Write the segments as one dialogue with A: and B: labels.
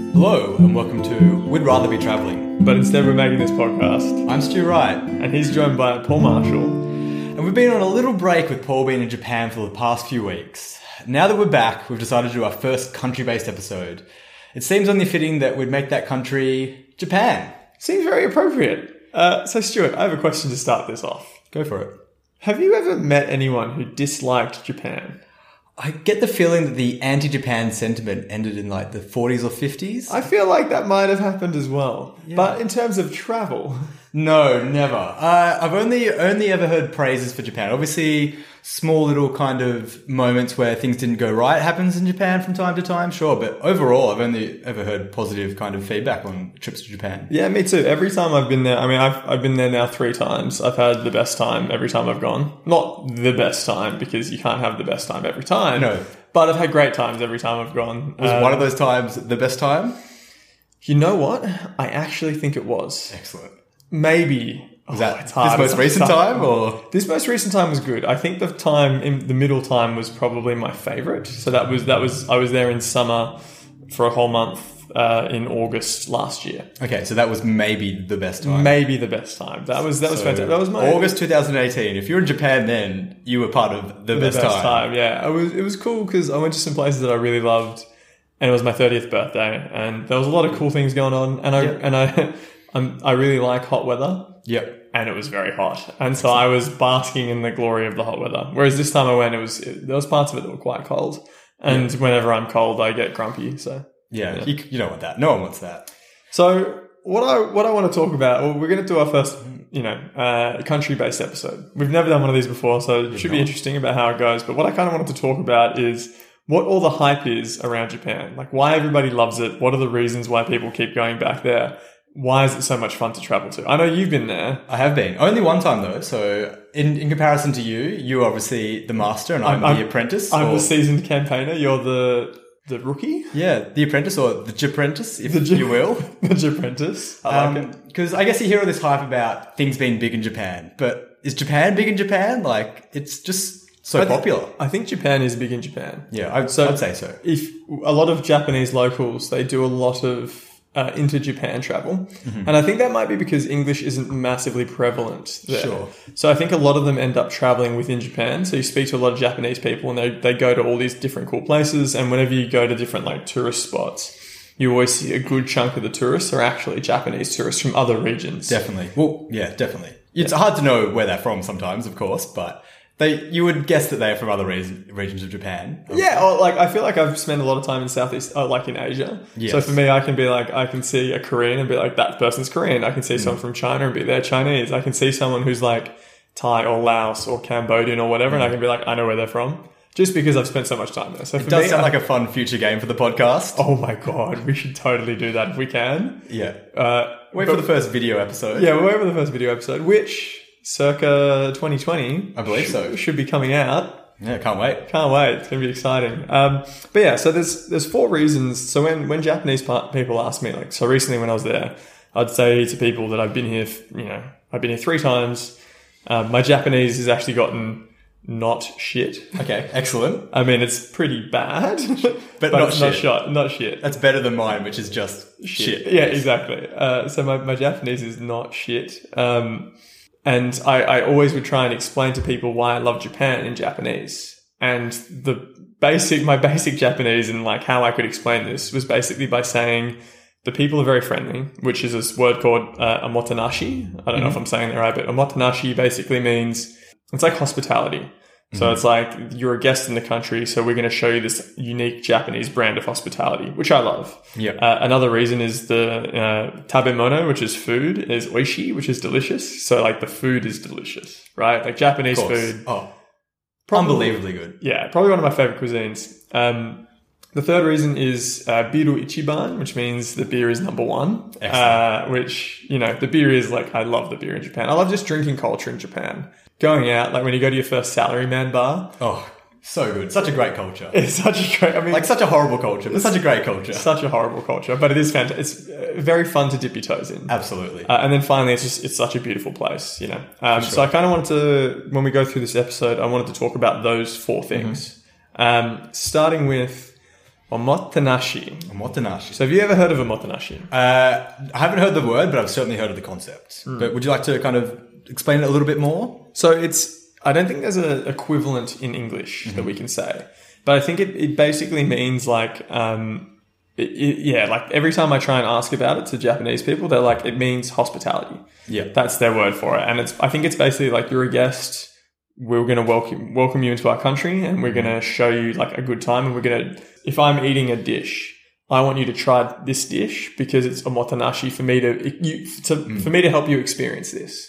A: and welcome to We'd Rather Be Travelling.
B: But instead, we're making this podcast,
A: I'm Stu Wright,
B: and he's joined by Paul Marshall.
A: and we've been on a little break with Paul being in Japan for the past few weeks. Now that we're back, we've decided to do our first country based episode. It seems only fitting that we'd make that country Japan.
B: Seems very appropriate. Uh, so, Stuart, I have a question to start this off.
A: Go for it.
B: Have you ever met anyone who disliked Japan?
A: I get the feeling that the anti Japan sentiment ended in like the 40s or 50s.
B: I feel like that might have happened as well. But in terms of travel,
A: No, never. Uh, I've only only ever heard praises for Japan. Obviously, small little kind of moments where things didn't go right happens in Japan from time to time, sure. But overall, I've only ever heard positive kind of feedback on trips to Japan.
B: yeah, me too. Every time I've been there, I mean, I've, I've been there now three times. I've had the best time every time I've gone. Not the best time, because you can't have the best time every time.
A: No.
B: But I've had great times every time I've gone.
A: Was
B: Uh,
A: one of those times the best time?
B: you know what? I actually think it was.
A: Excellent.
B: Maybe.
A: Was
B: Oh,
A: that
B: it's hard.
A: this most
B: It's
A: recent
B: hard.
A: time or?
B: This most recent time was good. I think the time in the middle time was probably my favorite. So that was that was I was there in summer for a whole month uh, in August last year.
A: Okay, so that was maybe the best time.
B: Maybe the best time. That was that was
A: So,
B: fantastic. That was my
A: August 2018. If you were in Japan then, you were part of the,
B: the
A: best, time.
B: Yeah, it was it was cool because I went to some places that I really loved, and it was my thirtieth birthday, and there was a lot of cool things going on, and I
A: Yeah.
B: and I I'm, I really like hot weather.
A: Yep.
B: and it was very hot. And so I was basking in the glory of the hot weather. Whereas this time I went, it was it, there was parts of it that were quite cold. And whenever I'm cold, I get grumpy. So,
A: Yeah, You, you don't want that. No one wants that.
B: so what I what I want to talk about, well, we're going to do our first, you know, uh, country based episode. We've never done one of these before, so it should be
A: not.
B: interesting about how it goes. But what I kind of wanted to talk about is what all the hype is around Japan, like why everybody loves it. What are the reasons why people keep going back there? Why is it so much fun to travel to? I know you've been there.
A: I have been only one time though. So in, in comparison to you, you are obviously the master, and I'm,
B: I'm-
A: the apprentice.
B: I'm
A: or-
B: the seasoned campaigner. You're the the rookie,
A: yeah, the apprentice or the apprentice, if
B: The j-
A: you will.
B: the apprentice. I like it.
A: Because I guess you hear all this hype about things being big in Japan, but is Japan big in Japan? Like it's just so
B: I thi-
A: popular.
B: I think Japan is big in Japan.
A: Yeah, I'd,
B: So-
A: I'd say so.
B: If a lot of Japanese locals, they do a lot of uh, into Japan travel, and I think that might be because English isn't massively prevalent there.
A: Sure.
B: So I think a lot of them end up traveling within Japan. So you speak to a lot of Japanese people, and they they go to all these different cool places. And whenever you go to different like tourist spots. You always see a good chunk of the tourists are actually Japanese tourists from other regions.
A: Definitely. Well, yeah, definitely. It's hard to know where they're from sometimes, of course, but they you would guess that they're from other reason, regions of Japan. Um,
B: Yeah, or like I feel like I've spent a lot of time in Southeast, uh, like in Asia.
A: Yes.
B: So for me, I can be like, I can see a Korean and be like, that person's Korean. I can see
A: Mm.
B: someone from China and be they're Chinese. I can see someone who's like Thai or Laos or Cambodian or whatever, and I can be like, I know where they're from, just because I've spent so much time there. So for
A: Mm. It does
B: me,
A: sound
B: I-
A: like a fun future game for the podcast.
B: oh my god, we should totally do that if we can.
A: Yeah.
B: Uh,
A: Wait for the first video episode.
B: yeah, we're over the first video episode, which circa 2020,
A: I believe so.
B: should be coming out.
A: Yeah, can't wait.
B: Can't wait. It's gonna be exciting. Um, but yeah, so there's there's four reasons. So when when Japanese pa- people ask me, like, so recently when I was there, I'd say to people that I've been here, f- you know, I've been here three times. Um, my Japanese has actually gotten not shit.
A: Okay, excellent.
B: I mean, it's pretty bad,
A: But not
B: it's
A: shit.
B: shot, not shit.
A: That's better than mine, which is just shit.
B: Yeah, exactly. Uh, so my, my Japanese is not shit. Um, and I, I always would try and explain to people why I love Japan in Japanese. And the basic, my basic Japanese and like how I could explain this was basically by saying the people are very friendly, which is this word called uh, amotenashi. I don't know if I'm saying that right, but amotenashi basically means it's like hospitality. So it's like you're a guest in the country, so we're going to show you this unique Japanese brand of hospitality, which I love.
A: Yeah.
B: Uh, another reason is the uh, tabemono, which is food, is oishi, which is delicious. So like the food is delicious, right? Like Japanese
A: Of course.
B: food,
A: Oh,
B: Probably-
A: unbelievably good.
B: yeah, probably one of my favorite cuisines. Um, the third reason is uh, biru ichiban, which means the beer is number one. Uh, which you know, the beer is like I love the beer in Japan. I love just drinking culture in Japan. Going out, like when you go to your first salaryman bar,
A: Oh, so good. Such a great culture.
B: it's such a great. I mean,
A: Like such a horrible culture, but such a great culture.
B: such a horrible culture, but it is fantastic. It's uh, very fun to dip your toes in.
A: Absolutely.
B: Uh, and then finally, it's just it's such a beautiful place, you know. Um, So I kind of wanted to, when we go through this episode, I wanted to talk about those four things, um, starting with Omotanashi.
A: Omotanashi.
B: So have you ever heard of Omotanashi?
A: Uh, I haven't heard the word, but I've certainly heard of the concept.
B: Hmm.
A: But would you like to kind of explain it a little bit more?
B: So it's I don't think there's an equivalent in English that we can say, but I think it, it basically means like um, it, it- yeah, like every time I try and ask about it to Japanese people, they're like it means hospitality.
A: Yeah.
B: That's their word for it, and it's I think it's basically like you're a guest. We're going to welcome welcome you into our country, and we're going to show you like a good time, and we're going to if I'm eating a dish. I want you to try this dish because it's omotanashi for me to, you, to for me to help you experience this.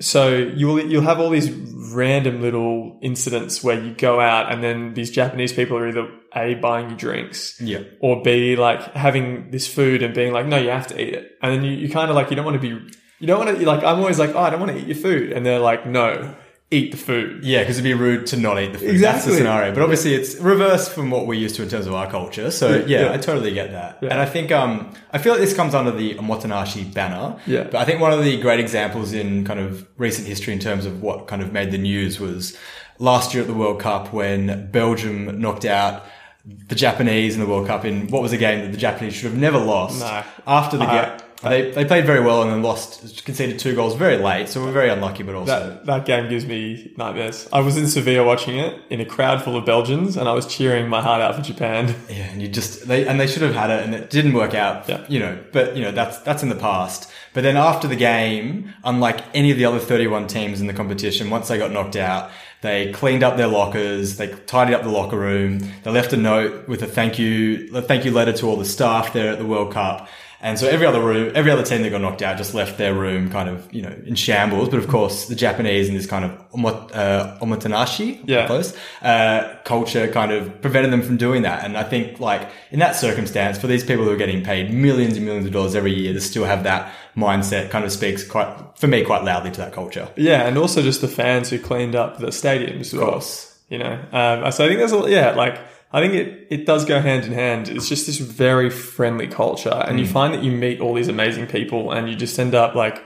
B: So you'll you'll have all these random little incidents where you go out and then these Japanese people are either a buying you drinks
A: Yeah.
B: or b like having this food and being like no you have to eat it and then you, you kind of like you don't want to be you don't want to like I'm always like oh I don't want to eat your food and they're like no eat the food
A: Yeah, because it'd be rude to not eat the food. That's the
B: Exactly.
A: scenario. But obviously, it's reverse from what we're used to in terms of our culture. So yeah,
B: yeah.
A: I totally get that. And I think um, I feel like this comes under the Omotanashi banner.
B: Yeah.
A: But I think one of the great examples in kind of recent history in terms of what kind of made the news was last year at the World Cup when Belgium knocked out. The Japanese in the World Cup in what was a game that the Japanese should have never lost.
B: No.
A: After the
B: I-
A: game, they, they played very well and then lost, conceded two goals very late, so we're very unlucky. But also,
B: That, that game gives me nightmares. I was in Sevilla watching it in a crowd full of Belgians and I was cheering my heart out for Japan.
A: Yeah, and you just they and they should have had it, and it didn't work out.
B: Yeah.
A: You know, but you know that's that's in the past. But then after the game, unlike any of the other 31 teams in the competition, once they got knocked out, they cleaned up their lockers, they tidied up the locker room, they left a note with a thank you a thank you letter to all the staff there at the World Cup. And so every other room, every other team that got knocked out just left their room kind of, you know, in shambles. But of course, the Japanese and this kind of omot, uh, omotanashi,
B: Yeah.
A: close, uh, culture kind of prevented them from doing that. And I think, like, in that circumstance, for these people who are getting paid millions and millions of dollars every year to still have that mindset kind of speaks quite, for me, quite loudly to that culture.
B: Yeah, and also just the fans who cleaned up the stadiums, of course. You know, um, so I think there's a yeah, like I think it it does go hand in hand. It's just this very friendly culture, and you find that you meet all these amazing people, and you just end up like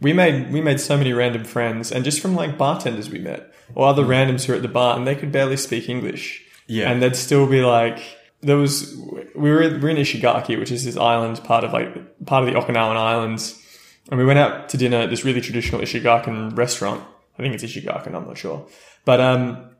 B: we made we made so many random friends, and just from like bartenders we met or other randoms who were at the bar, and they could barely speak English.
A: Yeah.
B: and they'd still be like. There was we were we were in Ishigaki, which is this island part of like part of the Okinawan Islands, and we went out to dinner at this really traditional Ishigakan restaurant. I think it's Ishigakan, I'm not sure. But um,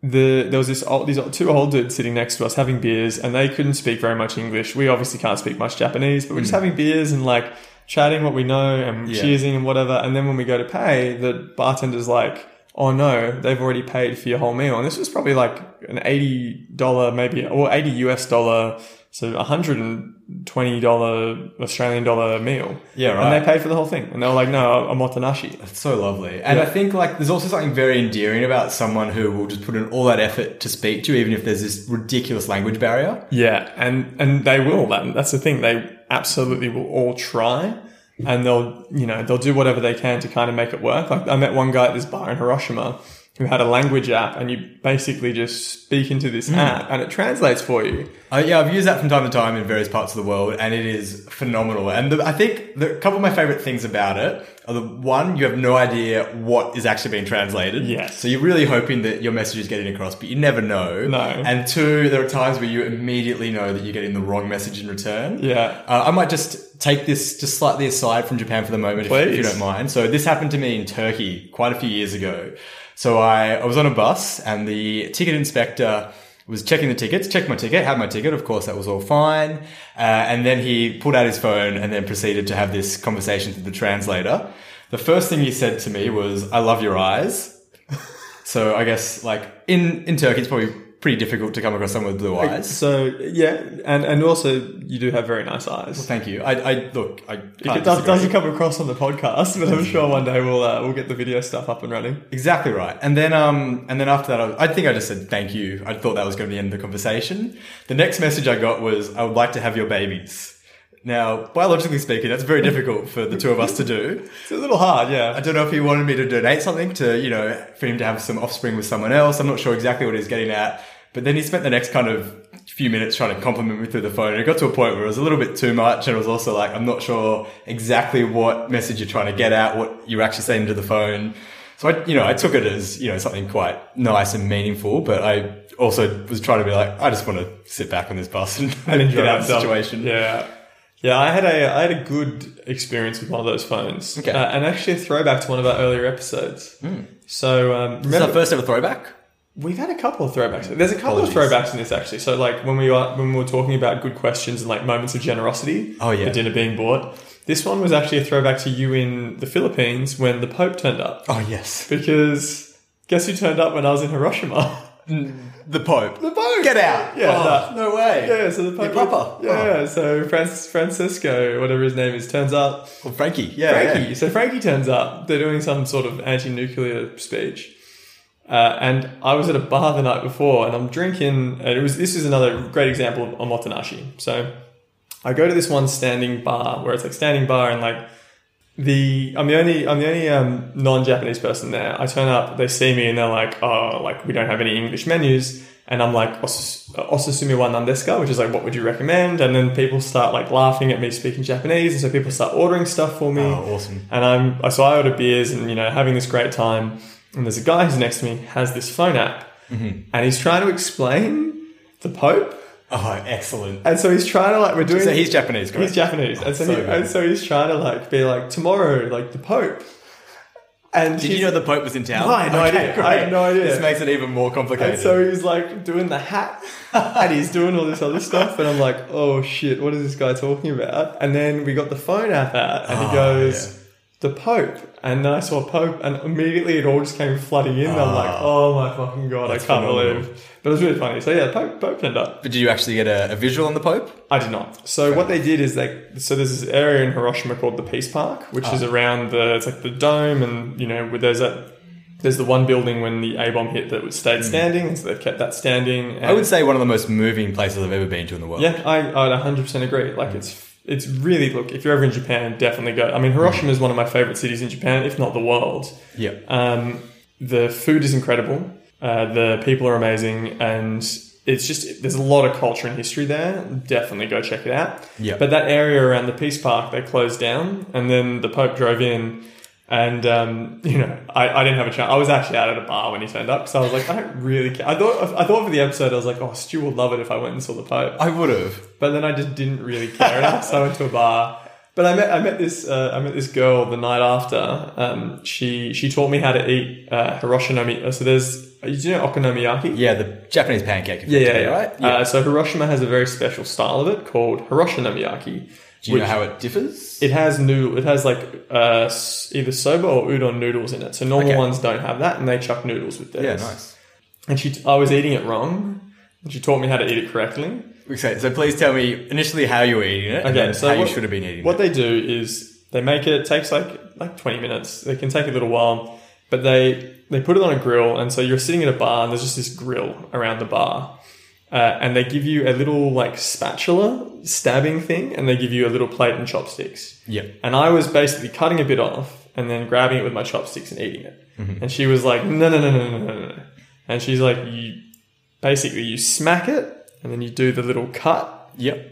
B: the there was this old, these two old dudes sitting next to us having beers, and they couldn't speak very much English. We obviously can't speak much Japanese, but we're just having beers and like chatting what we know and
A: Yeah.
B: cheersing and whatever. And then when we go to pay, the bartender's like. Oh no, they've already paid for your whole meal. And this was probably like an $80 maybe, or 80 US dollar, so $120 Australian dollar meal.
A: Yeah, right.
B: And they paid for the whole thing. And they were like, no, I'm Watanashi.
A: It's so lovely. And I think like there's also something very endearing about someone who will just put in all that effort to speak to you, even if there's this ridiculous language barrier.
B: Yeah. And, and they will. That, that's the thing. They absolutely will all try and they'll, you know, they'll do whatever they can to kind of make it work. Like I met one guy at this bar in Hiroshima who had a language app and you basically just speak into this app and it translates for you.
A: Uh, yeah, I've used that from time to time in various parts of the world, and it is phenomenal. And the, I think the a couple of my favorite things about it are the one, you have no idea what is actually being translated.
B: Yes.
A: So you're really hoping that your message is getting across, but you never know.
B: No.
A: And two, there are times where you immediately know that you're getting the wrong message in return.
B: Yeah.
A: Uh, I might just take this just slightly aside from Japan for the moment, if, if you
B: Please.
A: don't mind. So this happened to me in Turkey quite a few years ago. So I, I was on a bus and the ticket inspector was checking the tickets, checked my ticket, had my ticket. Of course, that was all fine. Uh, and then he pulled out his phone and then proceeded to have this conversation to the translator. The first thing he said to me was, I love your eyes. so I guess like in, in Turkey, it's probably pretty difficult to come across someone with blue eyes.
B: So yeah. And, and also you do have very nice eyes.
A: Thank you. I, I look. I can't
B: It does,
A: disagree.
B: doesn't come across on the podcast, but I'm sure one day we'll, uh, we'll get the video stuff up and running.
A: Exactly right. And then, um, and then after that, I, was- I think I just said thank you. I thought that was going to be the end of the conversation. The next message I got was, I would like to have your babies. Now, biologically speaking, that's very difficult for the two of us to do.
B: It's a little hard,
A: I
B: yeah.
A: don't know if he wanted me to donate something to, you know, for him to have some offspring with someone else. I'm not sure exactly what he's getting at. But then he spent the next kind of few minutes trying to compliment me through the phone. And it got to a point where it was a little bit too much. And it was also like, I'm not sure exactly what message you're trying to get at, what you're actually saying to the phone. So I, you know, I took it as, you know, something quite nice and meaningful, but I also was trying to be like, I just want to sit back on this bus and,
B: and enjoy
A: get out of the
B: myself.
A: situation.
B: Yeah. Yeah, I had a I had a good experience with one of those phones,
A: Okay. Hmm.
B: uh, and actually a throwback to one of our earlier episodes. So um,
A: Is that
B: remember,
A: first ever throwback?
B: We've had a couple of throwbacks. There's a couple of
A: Apologies.
B: throwbacks in this actually. So like when we were when we were talking about good questions and like moments of generosity.
A: Oh, yeah.
B: The dinner being bought. This one was actually a throwback to you in the Philippines when the Pope turned up.
A: Oh yes,
B: Because guess who turned up when I was in Hiroshima?
A: the Pope. The
B: Pope.
A: Get out.
B: Yeah,
A: Oh, no way.
B: yeah, so the
A: Your
B: Pope.
A: papa.
B: Yeah, yeah, so Francis, Francisco, whatever his name is, turns up.
A: Well, Frankie. Yeah,
B: Frankie.
A: yeah.
B: So Frankie turns up. They're doing some sort of anti-nuclear speech, uh, and I was at a bar the night before, and I'm drinking. And it was this is another great example of omotenashi. So I go to this one standing bar where it's like standing bar, and like the I'm the only I'm the only um, non-Japanese person there. I turn up, they see me, and they're like, "Oh, like we don't have any English menus." And I'm like, "Osus- "Osasumi wa nan desu ka?" which is like, "What would you recommend?" And then people start like laughing at me speaking Japanese, and so people start ordering stuff for me.
A: Oh, awesome.
B: And I'm so I order beers and you know having this great time. And there's a guy who's next to me has this phone app,
A: Mm-hmm.
B: and he's trying to explain the Pope.
A: Oh, excellent.
B: And so he's trying to like we're doing
A: So he's Japanese, correct?
B: He's Japanese, and so,
A: so
B: he,
A: good.
B: and so he's trying to like be like tomorrow, like the Pope. And
A: Did
B: he's-
A: you know the Pope was in town?
B: No, I had no idea. I had no idea.
A: This makes it even more complicated.
B: And so he's like doing the hat, and he's doing all this other stuff, and I'm like, oh shit, what is this guy talking about? And then we got the phone app out, and
A: Oh,
B: he goes. The Pope, and then I saw Pope, and immediately it all just came flooding in. and I'm like, oh my fucking god, I
A: Ah. That's
B: can't
A: phenomenal.
B: believe. But it was really funny. So yeah, Pope, Pope turned up.
A: but did you actually get a, a visual on the Pope?
B: I did not. So what they did is they so there's this area in Hiroshima called the Peace Park, which
A: Ah.
B: is around the it's like the dome, and you know where there's a there's the one building when the A bomb hit that was stayed
A: Hmm.
B: standing, and so they've kept that standing. And
A: I would say one of the most moving places I've ever been to in the world.
B: yeah, I I'd 100 percent agree. Like it's it's really look if you're ever in Japan, definitely go. I mean Hiroshima is one of my favorite cities in Japan, if not the world.
A: Yeah.
B: Um, the food is incredible. Uh, the people are amazing, and it's just there's a lot of culture and history there. Definitely go check it out.
A: Yeah.
B: But that area around the Peace Park they closed down, and then the Pope drove in, and um, you know I, I didn't have a chance. I was actually out at a bar when he turned up, so I was like I don't really care. I thought I thought for the episode I was like oh Stu would love it if I went and saw the Pope,
A: I would have.
B: but then I just didn't really care enough, so I went to a bar. But I met I met this uh, I met this girl the night after. Um, she she taught me how to eat uh, Hiroshinomi. uh, So there's do you know okonomiyaki?
A: Yeah, the Japanese pancake.
B: yeah, yeah,
A: effectively,
B: yeah.
A: Right?
B: Uh, so Hiroshima has a very special style of it called Hiroshinomi
A: Do you know how it differs?
B: it has noodle. It has like uh, s- either soba or udon noodles in it. So normal
A: Okay.
B: ones don't have that, and they chuck noodles with theirs.
A: yeah, nice.
B: And she, I was eating it wrong, and she taught me how to eat it correctly.
A: Okay, so please tell me initially how you were eating it, and
B: Okay,
A: then
B: so
A: how you
B: what-
A: should have been eating
B: What
A: it.
B: they do is they make it, it takes like like 20 minutes. It can take a little while, but they they put it on a grill and so you're sitting at a bar and there's just this grill around the bar. Uh, and they give you a little like spatula stabbing thing and they give you a little plate and chopsticks.
A: Yeah.
B: And I was basically cutting a bit off and then grabbing it with my chopsticks and eating it.
A: Mm-hmm.
B: And she was like, no, no, no, no, no, no, no. And she's like, you basically you smack it and then you do the little cut
A: Yep.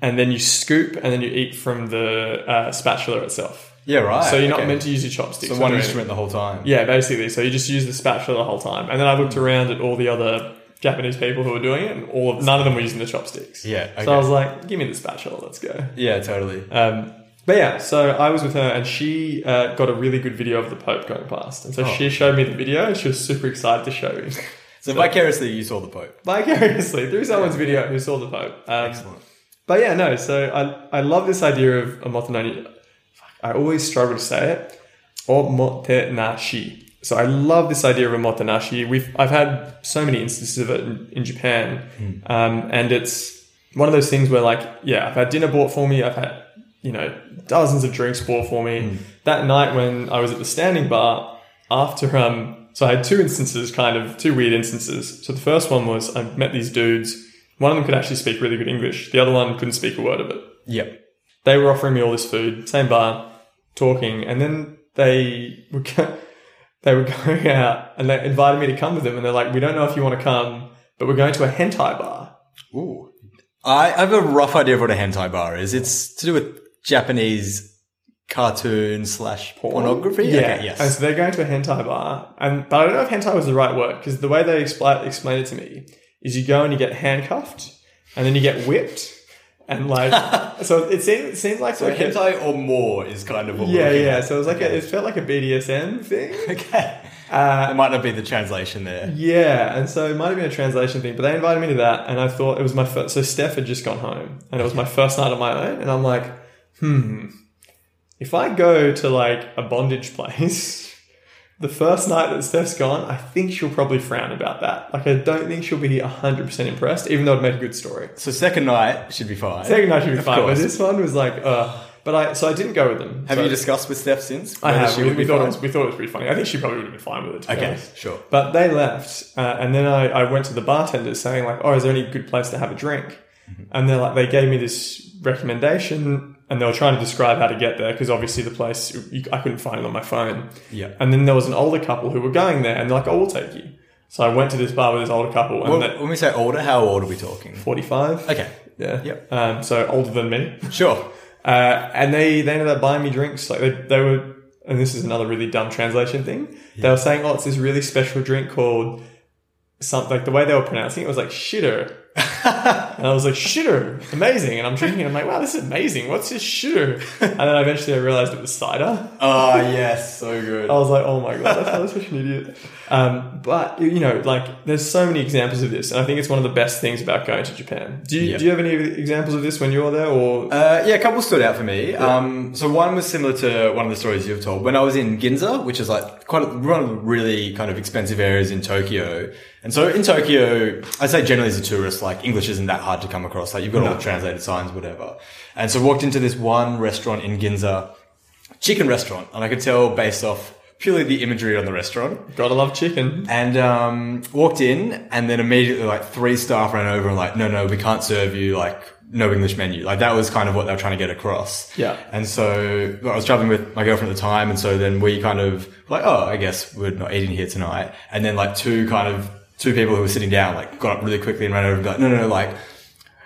B: and then you scoop and then you eat from the uh, spatula itself.
A: Yeah, right.
B: so you're not
A: Oh, okay.
B: meant to use your chopsticks.
A: So
B: or
A: one
B: anything.
A: instrument the whole time.
B: Yeah, basically. So you just use the spatula the whole time. And then I looked
A: Hmm.
B: around at all the other Japanese people who were doing it, and all of none of them were using the chopsticks.
A: Yeah, okay.
B: So I was like, "Give me the spatula. Let's go."
A: Yeah, totally.
B: Um, but yeah, so I was with her, and she uh, got a really good video of the Pope going past, and so
A: Oh.
B: she showed me the video. and She was super excited to show me.
A: So vicariously, you saw the Pope.
B: Vicariously through someone's video who saw the Pope. Um,
A: Excellent.
B: But yeah, no. So I I love this idea of a motonani. Fuck, I always struggle to say it. Omotenashi. So I love this idea of a motonashi. We've I've had so many instances of it in, in Japan, um, and it's one of those things where like yeah, I've had dinner bought for me. I've had you know dozens of drinks bought for me. That night when I was at the standing bar after um, so I had two instances, kind of two weird instances. So the first one was I met these dudes. One of them could actually speak really good English. The other one couldn't speak a word of it.
A: Yep.
B: They were offering me all this food, same bar, talking, and then they were go- they were going out and they invited me to come with them, and they're like, "We don't know if you want to come, but we're going to a hentai bar."
A: Ooh. I I have a rough idea of what a hentai bar is. It's to do with Japanese cartoon slash pornography.
B: Yeah.
A: Okay,
B: And
A: yes.
B: so they're going to a hentai bar, and but I don't know if hentai was the right word because the way they expli- explained it to me is you go and you get handcuffed, and then you get whipped, and like so it seemed it seemed like like a-
A: hentai or more is kind of what
B: yeah
A: we're looking
B: yeah
A: at.
B: so it was like a, it felt like a BDSM thing.
A: Okay.
B: Uh,
A: That might not be the translation there.
B: Yeah, and so it might have been a translation thing, but they invited me to that, and I thought it was my first. So Steph had just gone home, and it was my first night on my own, and I'm like, hmm, if I go to like a bondage place, the first night that Steph's gone, I think she'll probably frown about that. Like, I don't think she'll be 100% impressed, even though it made a good story.
A: So second night should be fine.
B: Second night should be fine, but
A: course.
B: this one was like, uh, but I, so I didn't go with them.
A: have
B: So
A: you discussed with Steph since?
B: I
A: whether
B: have.
A: she
B: We,
A: would
B: we
A: be
B: thought it
A: fine?
B: was, we thought it was pretty funny. I think she probably would have been fine with it. To be
A: Okay,
B: honest.
A: sure.
B: But they left, uh, and then I, I went to the bartender saying like, "Oh, is there any good place to have a drink?" And they're like, they gave me this recommendation, and they were trying to describe how to get there because obviously the place you, I couldn't find it on my phone.
A: Yeah.
B: And then there was an older couple who were going there, and they're like, "Oh, we'll take you." So I went to this bar with this older couple, and
A: Well,
B: they're
A: when we say older, how old are we talking?
B: forty-five.
A: Okay.
B: Yeah.
A: Yep.
B: Um, so older than me.
A: Sure.
B: Uh, and they, they ended up buying me drinks. Like they, they were, and this is another really dumb translation thing. They were saying, oh, it's this really special drink called something. Like the way they were pronouncing it was like shitter. and I was like, shitter, amazing. And I'm drinking, and I'm like, wow, this is amazing. What's this shitter? And then eventually I realized it was cider.
A: Oh, yes. So good.
B: I was like, oh my god, that's, that's such an idiot. Um, but you know, like, there's so many examples of this, and I think it's one of the best things about going to Japan. Do you,
A: Yeah.
B: do you have any examples of this when you were there, or
A: Uh, yeah, a couple stood out for me. Um, so one was similar to one of the stories you've told. When I was in Ginza, which is like quite a, one of the really kind of expensive areas in Tokyo. And so in Tokyo, I say generally as a tourist, like English isn't that hard to come across. Like you've got all the translated signs, whatever. And so walked into this one restaurant in Ginza, chicken restaurant, and I could tell based off purely the imagery on the restaurant
B: gotta love chicken?
A: and um, walked in and then immediately like three staff ran over and like no no we can't serve you like no english menu like that was kind of what they were trying to get across
B: Yeah.
A: and so well, i was traveling with my girlfriend at the time and so then we kind of like oh i guess we're not eating here tonight and then like two kind of two people who were sitting down like got up really quickly and ran over and be like no no no like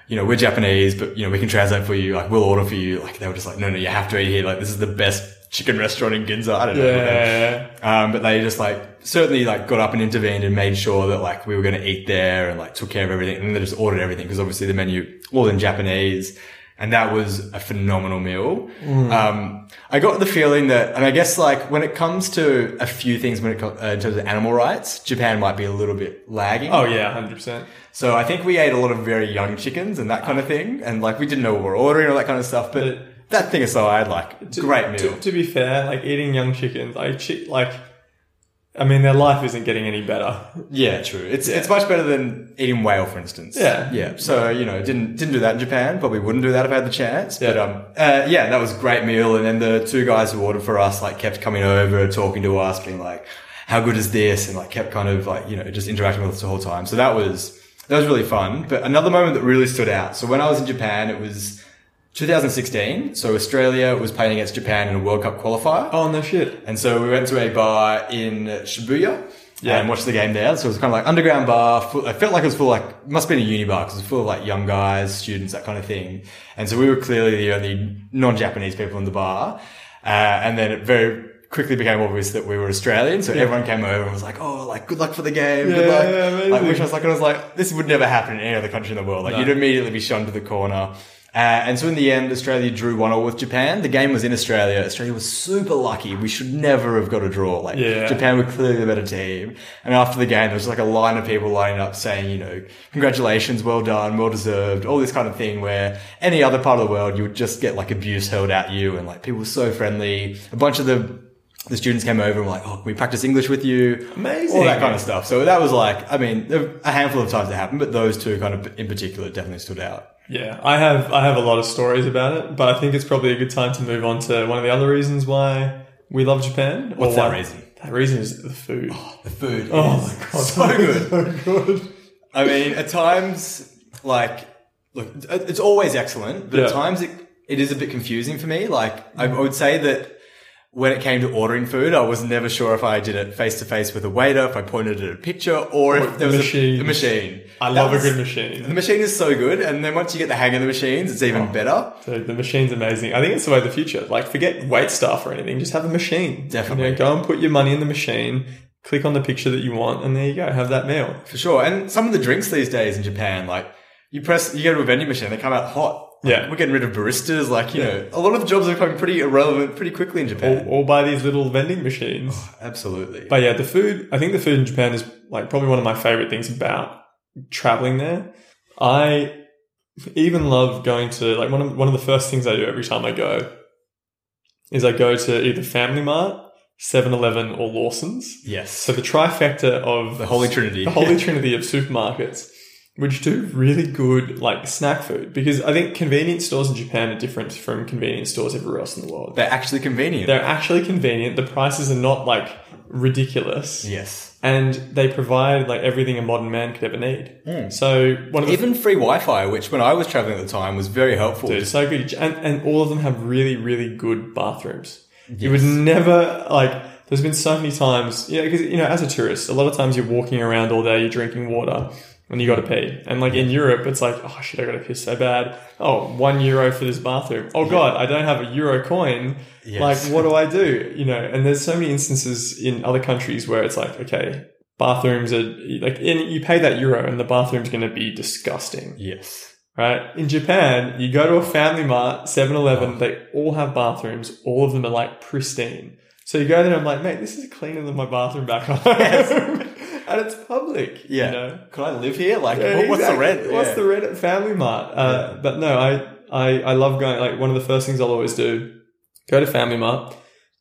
A: you know, we're Japanese, but you know, we can translate for you. Like, we'll order for you. Like, they were just like, no, no, you have to eat here. Like, this is the best chicken restaurant in Ginza. I don't know.
B: Yeah.
A: Um, but they just like certainly like got up and intervened and made sure that like we were going to eat there and like took care of everything. And then they just ordered everything because obviously the menu all in Japanese. And that was a phenomenal meal.
B: Mm.
A: Um, I got the feeling that, and I guess like when it comes to a few things when it comes uh, in terms of animal rights, Japan might be a little bit lagging.
B: Oh yeah, hundred percent.
A: So I think we ate a lot of very young chickens and that kind of thing. And like we didn't know what we were ordering all that kind of stuff. But that thing aside, like great meal.
B: To, to be fair, like eating young chickens, I chi- like. I mean, their life isn't getting any better.
A: Yeah, true. It's it's much better than eating whale, for instance.
B: Yeah.
A: yeah. So you know, didn't didn't do that in Japan. Probably wouldn't do that if I had the chance. But
B: Yeah.
A: um, uh, yeah, that was a great meal. And then the two guys who ordered for us like kept coming over, talking to us, being like, "How good is this?" And like kept kind of like you know just interacting with us the whole time. So that was that was really fun. But another moment that really stood out. So when I was in Japan, it was 2016. So Australia was playing against Japan in a World Cup qualifier.
B: Oh no, shit.
A: And so we went to a bar in Shibuya
B: Yeah.
A: and watched the game there. So it was kind of like underground bar. Full, I felt like it was full like must have been a uni bar because it was full of like young guys, students, that kind of thing. And so we were clearly the only non-Japanese people in the bar. Uh, and then it very quickly became obvious that we were Australian. So everyone came over and was like, "Oh, like good luck for the game. good
B: Yeah,
A: luck."
B: amazing.
A: Like, which I was like, I was like, this would never happen in any other country in the world. Like
B: No.
A: you'd immediately be shunned to the corner. Uh, and so in the end, Australia drew 1-0 with Japan. The game was in Australia. Australia was super lucky. We should never have got a draw. Like
B: Yeah.
A: Japan were clearly the better team. And after the game, there was like a line of people lining up saying, you know, congratulations, well done, well deserved, all this kind of thing where any other part of the world, you would just get like abuse hurled at you. And like people were so friendly. A bunch of the, the students came over and were like, oh, can we practice English with you?
B: Amazing.
A: All that kind of stuff. So that was like, I mean, a handful of times it happened, but those two kind of in particular definitely stood out.
B: Yeah, I have I have a lot of stories about it, but I think it's probably a good time to move on to one of the other reasons why we love Japan. Or
A: What's that
B: why-
A: reason?
B: That reason is the food.
A: The food.
B: Oh
A: is
B: my god,
A: So good.
B: so good.
A: I mean, at times, like, look, it- it's always excellent, but at
B: Yeah.
A: times it, it is a bit confusing for me. Like, I would say that when it came to ordering food, I was never sure if I did it face to face with a waiter, if I pointed at a picture, or
B: the
A: if there was
B: machines.
A: a the machine.
B: I
A: That
B: love
A: was-
B: a good machine.
A: The machine is so good, and then once you get the hang of the machines, it's even
B: Oh.
A: better.
B: So the machine's amazing. I think it's the way of the future. Like, forget wait staff or anything. Just have a machine.
A: Definitely.
B: You know, go and put your money in the machine. Click on the picture that you want, and there you go. Have that meal.
A: For sure. And some of the drinks these days in Japan, like you press, you go to a vending machine, they come out hot. Like,
B: Yeah.
A: We're getting rid of baristas. Like, you know, a lot of the jobs are becoming pretty irrelevant pretty quickly in
B: All,
A: Japan.
B: all by these little vending machines.
A: Oh, Absolutely.
B: Oh. But yeah, the food. I think the food in Japan is like probably one of my favorite things about traveling there. I even love going to like one of one of the first things I do every time I go is I go to either Family Mart, 7-Eleven, or Lawson's.
A: yes.
B: So the trifecta of
A: the Holy Trinity.
B: the holy trinity of supermarkets, which do really good like snack food because I think convenience stores in Japan are different from convenience stores everywhere else in the world.
A: They're actually convenient.
B: They're actually convenient. The prices are not like ridiculous,
A: yes.
B: and they provide like everything a modern man could ever need. So one of the
A: Even free Wi Fi, which when I was traveling at the time was very helpful.
B: Dude, so good. And, and all of them have really, really good bathrooms. You would never, like, there's been so many times, you know, because, you know, as a tourist, a lot of times you're walking around all day, you're drinking water, and you gotta pee. And, like, in Europe, it's like, oh shit, I gotta piss so bad. Oh, one euro for this bathroom. Oh god, I don't have a euro coin.
A: Yes.
B: Like, what do I do? You know, and there's so many instances in other countries where it's like, okay, bathrooms are, like, in, you pay that euro and the bathroom's gonna be disgusting
A: Yes.
B: right? In Japan, you go to a family mart, 7 Eleven, they all have bathrooms. All of them are like pristine. So you go there and I'm like, mate, this is cleaner than my bathroom back home. and it's public.
A: Yeah.
B: You know?
A: Could I live here? Like,
B: Yeah,
A: what- what's the
B: exactly.
A: rent?
B: What's
A: Yeah.
B: the rent at Family Mart? Uh, But no, I, I, I love going, like, one of the first things I'll always do go to Family Mart,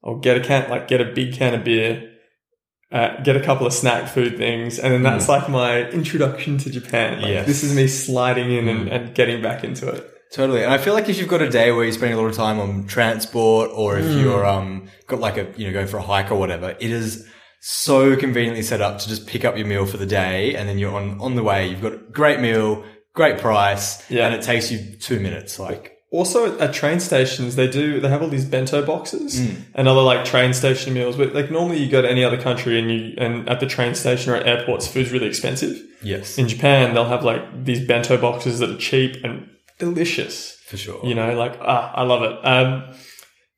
B: I'll get a can, like, get a big can of beer. Uh, get a couple of snack food things, and then that's like my introduction to Japan. Like,
A: Mm. Yes.
B: This is me sliding in and,
A: Mm.
B: and getting back into it.
A: Totally. And I feel like if you've got a day where you spend a lot of time on transport or
B: Hmm.
A: if you're, um, got like a, you know, going for a hike or whatever, it is so conveniently set up to just pick up your meal for the day and then you're on, on the way. You've got a great meal, great price,
B: Yeah.
A: and it takes you two minutes. Like,
B: Also, at, at train stations, they do they have all these bento boxes
A: Mm.
B: and other like train station meals. But like normally, you go to any other country and you and at the train station or at airports, food's really expensive.
A: yes,
B: In Japan, they'll have like these bento boxes that are cheap and delicious.
A: for sure.
B: You know, like ah, I love it. Um,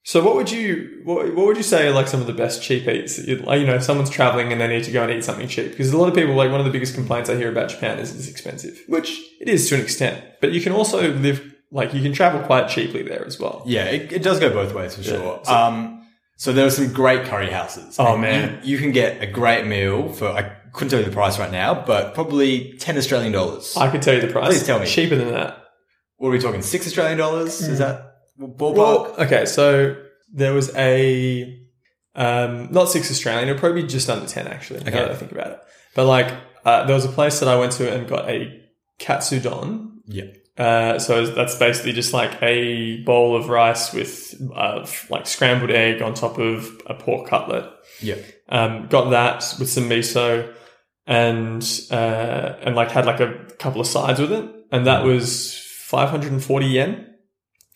B: so what would you what, what would you say are like some of the best cheap eats? That you'd, like, you know, if someone's traveling and they need to go and eat something cheap because a lot of people like one of the biggest complaints I hear about Japan is it's expensive, which it is to an extent. But you can also live like you can travel quite cheaply there as well.
A: Yeah, it, it does go both ways for sure. um, so there are some great curry houses.
B: Oh,
A: And
B: man.
A: you, you can get a great meal for I couldn't tell you the price right now, but probably ten Australian dollars.
B: I could tell you the price.
A: Please tell me.
B: cheaper than that.
A: What are we talking? Six Australian dollars? Is that ballpark?
B: Well, okay, so there was a um, not six Australian, it'll probably be just under ten actually. Now
A: Okay.
B: that I think about it, but like uh, there was a place that I went to and got a katsu don.
A: Yeah.
B: Uh, so that's basically just like a bowl of rice with uh, f- like scrambled egg on top of a pork cutlet.
A: Yeah.
B: Um, got that with some miso and uh, and like had like a couple of sides with it,
A: Mm-hmm.
B: and that was 540 yen,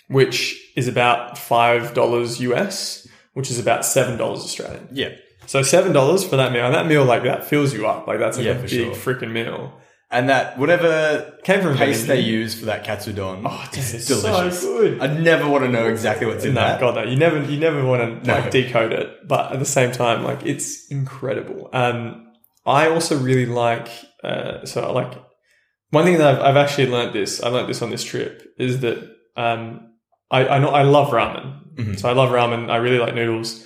B: which is about five dollars US, which is about seven dollars Australian.
A: Yeah.
B: So seven dollars for that meal, and that meal like that fills you up. Like that's like
A: Yeah,
B: a
A: for sure.
B: big freaking meal.
A: And that whatever
B: Came from
A: paste they
B: Indonesia.
A: use for that katsudon
B: Oh, dude,
A: is
B: it's
A: delicious.
B: so good.
A: I never want to know exactly what's in
B: No,
A: that.
B: God, no. You never, you never want to
A: No.
B: like decode it, but at the same time, like it's incredible. Um, I also really like, uh, so I like one thing that I've, I've actually learnt this. I learnt this on this trip is that um, I, I know I love ramen,
A: Mhm.
B: so I love ramen. I really like noodles,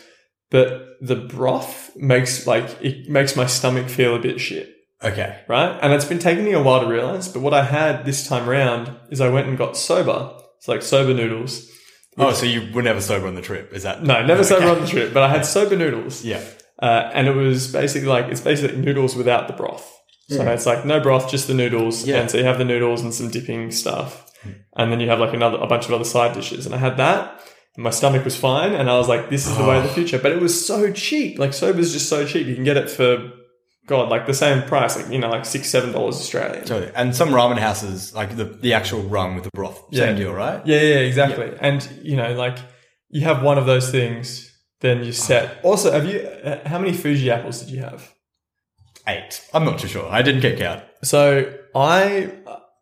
B: but the broth makes like it makes my stomach feel a bit shit
A: Okay.
B: right? And it's been taking me a while to realize, but what I had this time round is I went and got soba. It's like soba noodles.
A: Oh, so you were never sober on the trip? Is that
B: No, never
A: Okay.
B: soba on the trip, but I had soba noodles.
A: Yeah.
B: Uh, and it was basically like, it's basically noodles without the broth. So it's like no broth, just the noodles.
A: Yeah. Hmm.
B: And so you have the noodles and some dipping stuff. And then you have like another, a bunch of other side dishes. And I had that. and My stomach was fine, and I was like, "This is the way
A: Oh.
B: of the future." But it was so cheap. Like soba's just so cheap. You can get it for, God, like the same price, like you know, like six, seven dollars Australian.
A: Totally. And some ramen houses, like the, the actual rung with the broth, same
B: Yeah.
A: deal, right?
B: Yeah, yeah, exactly. And you know, like you have one of those things then you're set. Also, have you? uh, How many Fuji apples did you have?
A: Eight. I'm not too sure. I didn't get count.
B: So I,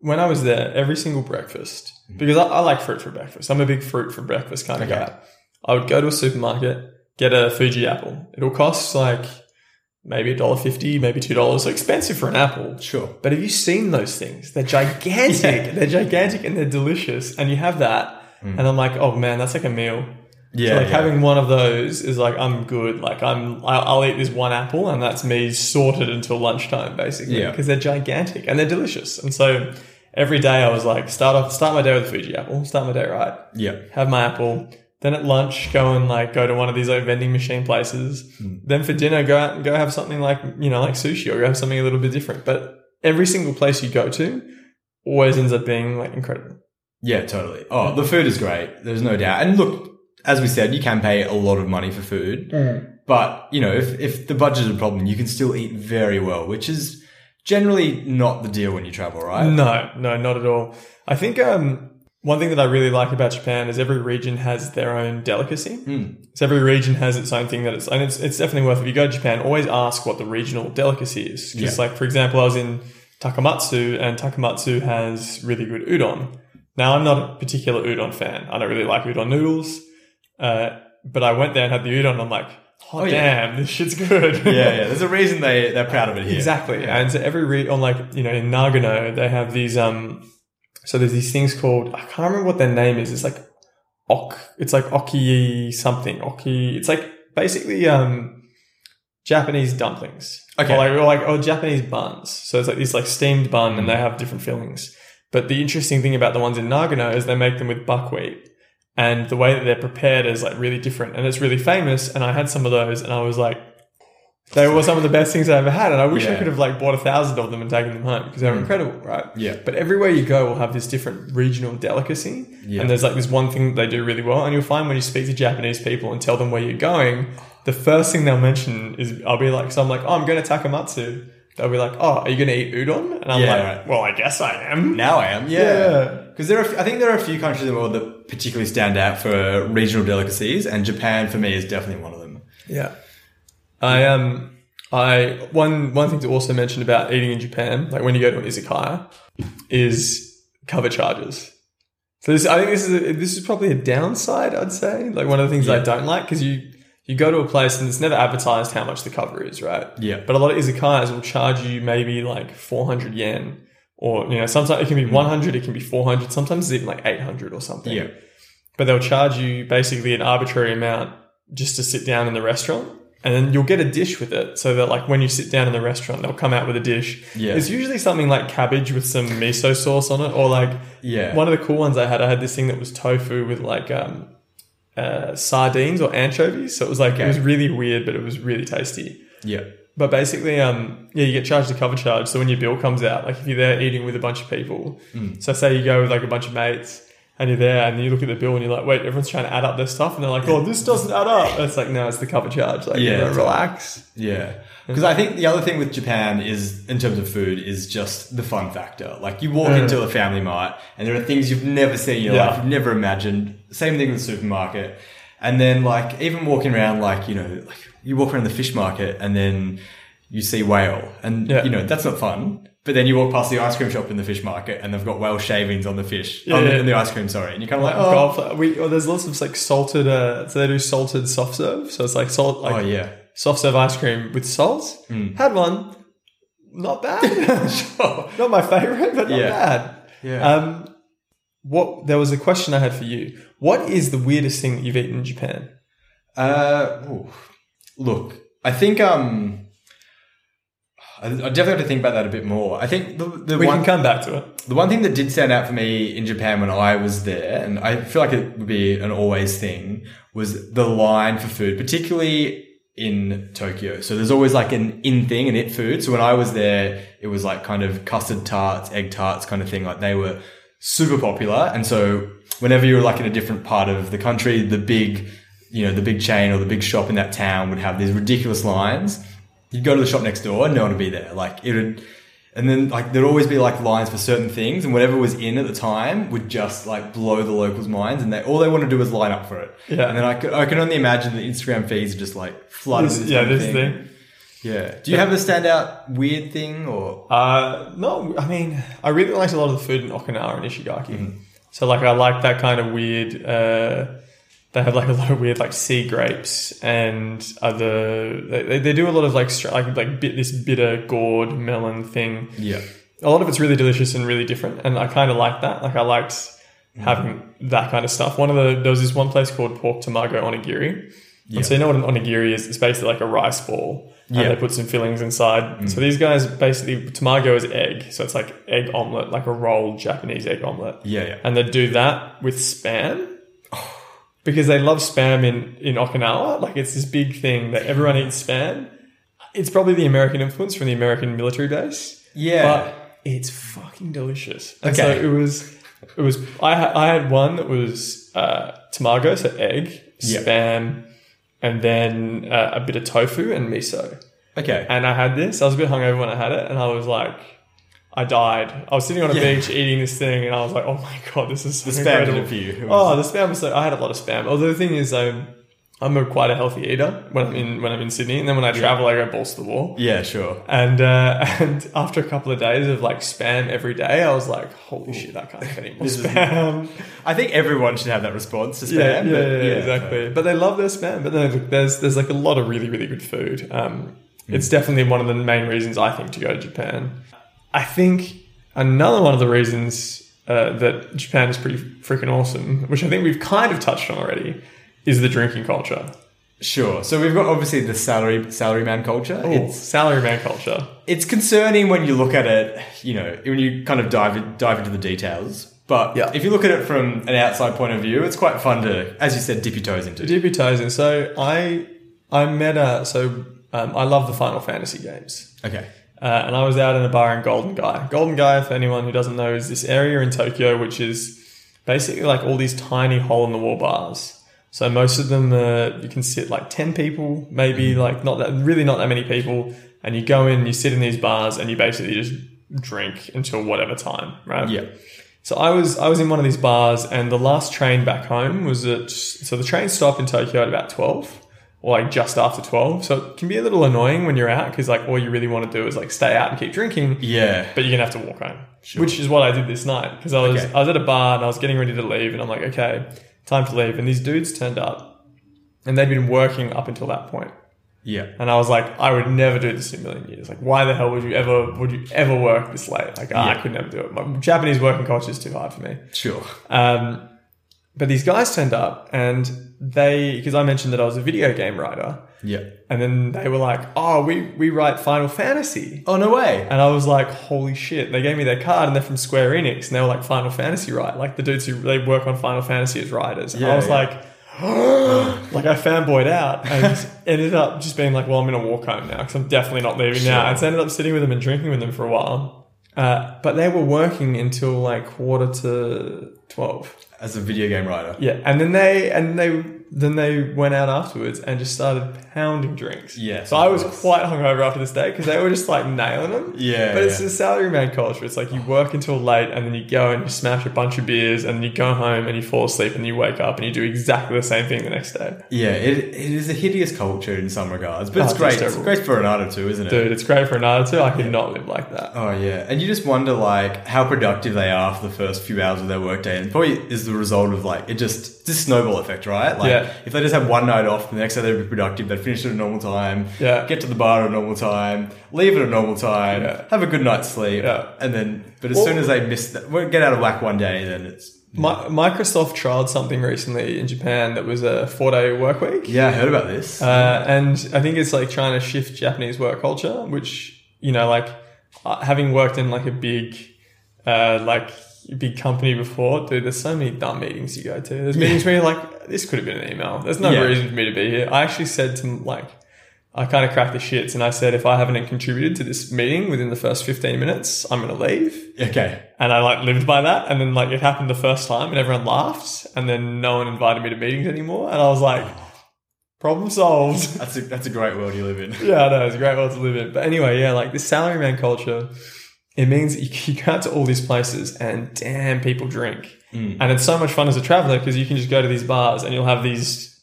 B: when I was there, every single breakfast because I, I like fruit for breakfast. I'm a big fruit for breakfast kind of
A: Mm. Okay.
B: guy. I would go to a supermarket, get a Fuji apple. It'll cost like maybe a dollar fifty, maybe two dollars. So expensive for an apple.
A: Sure.
B: But have you seen those things? They're gigantic.
A: Yeah. Mm.
B: They're gigantic and they're delicious. And you have that, and I'm like, oh man, that's like a meal.
A: Yeah.
B: so like
A: yeah.
B: having one of those is like I'm good. Like I'm, I- I'll eat this one apple, and that's me sorted until lunchtime, basically.
A: Yeah.
B: Because they're gigantic and they're delicious. And so every day I was like, start off, start my day with a Fuji apple. Start my day right.
A: yeah.
B: Have my apple. Then at lunch, go and like go to one of these like vending machine places.
A: Hmm.
B: Then for dinner, go out and go have something like you know like sushi or go have something a little bit different. But every single place you go to always ends up being like incredible.
A: Yeah, totally. Oh, the food is great. There's no doubt. And look, as we said, you can pay a lot of money for food. But, you know, if, if the budget is a problem, you can still eat very well, which is generally not the deal when you travel, right?
B: No, no, not at all. I think um, one thing that I really like about Japan is every region has their own delicacy.
A: Mm.
B: So every region has its own thing that it's, and it's, it's definitely worth. If you go to Japan, always ask what the regional delicacy is. Just
A: Yeah.
B: like for example, I was in Takamatsu, and Takamatsu has really good udon. Now I'm not a particular udon fan. I don't really like udon noodles, uh, but I went there and had the udon. And I'm like, oh,
A: Oh, yeah.
B: damn, this shit's good.
A: Yeah, yeah. There's a reason they, they're proud of it here.
B: Exactly. And so every re- on like you know in Nagano they have these um so there's these things called I can't remember what their name is. It's like ok it's like oki something. Oki it's like basically um Japanese dumplings.
A: Okay.
B: Or like or like or Japanese buns. So it's like these like steamed bun and they have different fillings. But the interesting thing about the ones in Nagano is they make them with buckwheat. And the way that they're prepared is like really different and it's really famous. And I had some of those and I was like, they were some of the best things I ever had, and I wish I
A: Yeah. Mm.
B: could have like bought a thousand of them and taken them home because they were incredible, right?
A: Yeah.
B: But everywhere you go will have this different regional delicacy,
A: Yeah.
B: and there's like this one thing that they do really well, and you'll find when you speak to Japanese people and tell them where you're going, the first thing they'll mention is I'll be like, so I'm like, oh, I'm going to Takamatsu. They'll be like, oh, are you going to eat udon? And I'm
A: Yeah,
B: like,
A: right.
B: well, I guess I am.
A: Now I am,
B: Yeah.
A: yeah. Because there are, a f- I think there are a few countries in the world that particularly stand out for regional delicacies, and Japan for me is definitely one of them.
B: Yeah. I um I one one thing to also mention about eating in Japan, like when you go to an izakaya, is cover charges. So this, I think this is a, this is probably a downside. I'd say like one of the things I
A: Yeah.
B: don't like because you you go to a place and it's never advertised how much the cover is, right?
A: Yeah.
B: But a lot of izakayas will charge you maybe like four hundred yen, or you know sometimes it can be one hundred, it can be four hundred, sometimes it's even like eight hundred or something
A: Yeah.
B: but they'll charge you basically an arbitrary amount just to sit down in the restaurant. And then you'll get a dish with it, so that like when you sit down in the restaurant, they'll come out with a dish.
A: Yeah.
B: it's usually something like cabbage with some miso sauce on it, or like
A: Yeah.
B: one of the cool ones I had. I had this thing that was tofu with like um, uh, sardines or anchovies, so it was like it
A: Okay.
B: was really weird, but it was really tasty.
A: yeah.
B: But basically, um, yeah, you get charged a cover charge. So when your bill comes out, like if you're there eating with a bunch of people,
A: Hmm.
B: so say you go with like a bunch of mates and you're there and you look at the bill and you're like, wait, everyone's trying to add up their stuff. And they're like, oh, this doesn't add up. And it's like, no, it's the cover charge. Like,
A: Yeah,
B: you know,
A: it's-
B: relax.
A: Yeah. Because I think the other thing with Japan is, in terms of food, is just the fun factor. Like, you walk
B: Yeah.
A: into a family mart and there are things you've never seen in your
B: Yeah.
A: life, you've never imagined. Same thing with the supermarket. And then, like, even walking around, like, you know, like you walk around the fish market and then you see whale. And,
B: Yeah.
A: you know, that's not fun. But then you walk past the ice cream shop in the fish market and they've got whale shavings on the fish,
B: Yeah,
A: on the-
B: yeah.
A: in the ice cream, sorry. And you're kind of like, oh,
B: Golf, uh, we, oh, there's lots of like salted, uh, so they do salted soft serve. So it's like salt, like
A: oh yeah. Hmm.
B: soft serve ice cream with salt. Had one. Not bad.
A: Sure.
B: not my favorite, but not
A: Yeah.
B: bad.
A: Yeah.
B: Um, what there was a question I had for you. What is the weirdest thing that you've eaten in Japan?
A: Uh, ooh. look, I think um, I, I definitely have to think about that a bit more. I think the, the
B: We
A: one
B: can come back to it.
A: the one thing that did stand out for me in Japan when I was there, and I feel like it would be an always thing, was the line for food, particularly in Tokyo. So there's always like an in thing, an it food. So when I was there, it was like kind of custard tarts, egg tarts kind of thing. Like they were super popular. And so whenever you were like in a different part of the country, the big, you know, the big chain or the big shop in that town would have these ridiculous lines. You'd go to the shop next door and no one would be there. Like it would, And then like there'd always be like lines for certain things, and whatever was in at the time would just like blow the locals' minds, and they all they want to do is line up for it.
B: Yeah.
A: And then I could, I can only imagine the Instagram feeds are just like flooded.
B: This-
A: with
B: yeah,
A: kind of
B: this thing.
A: Yeah. Do you have a standout weird thing or
B: Uh, no, I mean, I really liked a lot of the food in Okinawa and Ishigaki. So, like, I like that kind of weird. Uh, they have like a lot of weird, like sea grapes and other. They, they- they do a lot of like str- like like bit, this bitter gourd melon thing.
A: yeah?
B: A lot of it's really delicious and really different, and I kind of like that. Like, I liked
A: Mm-hmm.
B: having that kind of stuff. One of the there was this one place called Pork Tamago Onigiri.
A: Yeah.
B: And so you know what an onigiri is? It's basically like a rice ball.
A: Yeah. Mm.
B: And they put some fillings inside. So these guys basically tamago is egg. So it's like egg omelette, like a rolled Japanese egg omelette.
A: Yeah, yeah.
B: And they do that with spam. Because they love spam in, in Okinawa. Like it's this big thing that everyone eats spam. It's probably the American influence from the American military base.
A: Yeah.
B: But it's fucking delicious. And so
A: Okay.
B: it was, it was. I ha- I had one that was uh, tamago, so egg,
A: Yeah.
B: spam, and then uh, a bit of tofu and miso.
A: Okay.
B: And I had this. I was a bit hungover when I had it, and I was like, I died. I was sitting on a
A: Yeah.
B: beach eating this thing, and I was like, oh my god, this is
A: The spam did it
B: incredible.
A: for you. It
B: Oh,
A: was-
B: the spam was so. I had a lot of spam. Although the thing is, um, I'm a quite a healthy eater when I'm in when I'm in Sydney, and then when I travel, I go balls to the wall.
A: yeah, sure.
B: And uh, and after a couple of days of like spam every day, I was like, holy shit, I can't get any more
A: This is-
B: spam.
A: I think everyone should have that response to spam.
B: yeah, yeah,
A: but-
B: yeah, exactly. But they love their spam. But then there's there's like a lot of really really good food. Um, It's definitely one of the main reasons I think to go to Japan. I think another one of the reasons uh, that Japan is pretty freaking awesome, which I think we've kind of touched on already, is the drinking culture.
A: Sure. So we've got obviously the salary salaryman culture.
B: It's
A: It's
B: salaryman culture.
A: it's concerning when you look at it, you know, when you kind of dive dive into the details. But
B: Yeah.
A: if you look at it from an outside point of view, it's quite fun to, as you said, dip your toes into.
B: Deep toes in. So I I met a so um, I love the Final Fantasy games.
A: Okay.
B: uh, and I was out in a bar in Golden Guy. Golden Guy, for anyone who doesn't know, is this area in Tokyo which is basically like all these tiny hole in the wall bars. So most of them, uh, you can sit like ten people, maybe like not that really not that many people, and you go in, you sit in these bars, and you basically just drink until whatever time, right?
A: Yeah.
B: So I was I was in one of these bars, and the last train back home was at so the train stop in Tokyo at about twelve, or like just after twelve. So it can be a little annoying when you're out because like all you really want to do is like stay out and keep drinking,
A: Yeah.
B: but you're gonna have to walk home, which is what I did this night because I was
A: Okay.
B: I was at a bar and I was getting ready to leave, and I'm like, okay, time to leave. And these dudes turned up, and they'd been working up until that point.
A: Yeah.
B: And I was like, I would never do this in a million years. Like, why the hell would you ever would you ever work this late? Like, ah, I
A: Yeah.
B: could never do it. My Japanese working culture is too hard for me.
A: Sure.
B: Um, but these guys turned up and they, because I mentioned that I was a video game writer,
A: Yeah.
B: and then they were like, oh, we, we write Final Fantasy.
A: Oh no way.
B: And I was like, holy shit. They gave me their card and they're from Square Enix and they were like, Final Fantasy, right? Like the dudes who they work on Final Fantasy as writers. And I
A: Yeah,
B: was
A: yeah.
B: like, like I fanboyed out and ended up just being like, well, I'm going to walk home now because I'm definitely not leaving now.
A: Sure.
B: And so I ended up sitting with them and drinking with them for a while. Uh, but they were working until like quarter to 12.
A: As a video game writer.
B: Yeah, and then they and they then they went out afterwards and just started pounding drinks.
A: Yes,
B: so
A: of
B: I was
A: course.
B: quite hungover after this day because they were just like nailing them.
A: Yeah,
B: but it's
A: yeah.
B: the salaryman culture. It's like you work until late and then you go and you smash a bunch of beers and then you go home and you fall asleep and you wake up and you do exactly the same thing the next day.
A: Yeah, it, it is a hideous culture in some regards, but it's
B: it's
A: great. It's
B: terrible.
A: great for an artist too, isn't it?
B: Dude, it's great for an hour or two. I could not live like that.
A: Oh yeah, and you just wonder like how productive they are for the first few hours of their workday, and probably is the result of like it just this snowball effect, right? Like
B: Yeah.
A: if they just had one night off, the next day they'd be productive. They'd finish at a normal time,
B: Yeah.
A: get to the bar at a normal time, leave at a normal time,
B: Yeah.
A: have a good night's sleep,
B: Yeah.
A: and then. But as
B: Well-
A: soon as they miss that, well, get out of whack one day, then it's
B: Mi- Microsoft trialed something recently in Japan that was a four day work week.
A: yeah, I heard about this.
B: Uh, and I think it's like trying to shift Japanese work culture, which you know, like uh, having worked in like a big, uh, like big company before, dude. There's so many dumb meetings you go to. There's meetings where you're like, this could have been an email. There's no
A: Yeah.
B: reason for me to be here. I actually said to like, I kind of cracked the shits, and I said if I haven't contributed to this meeting within the first 15 minutes, I'm gonna leave.
A: okay,
B: And I like lived by that. And then like it happened the first time and everyone laughed. And then no one invited me to meetings anymore. And I was like, problem solved.
A: that's a that's a great world you live in.
B: yeah, I know. It's a great world to live in. But anyway, yeah, like this salaryman culture it means that you, you go out to all these places and damn, people drink. And it's so much fun as a traveler because you can just go to these bars and you'll have these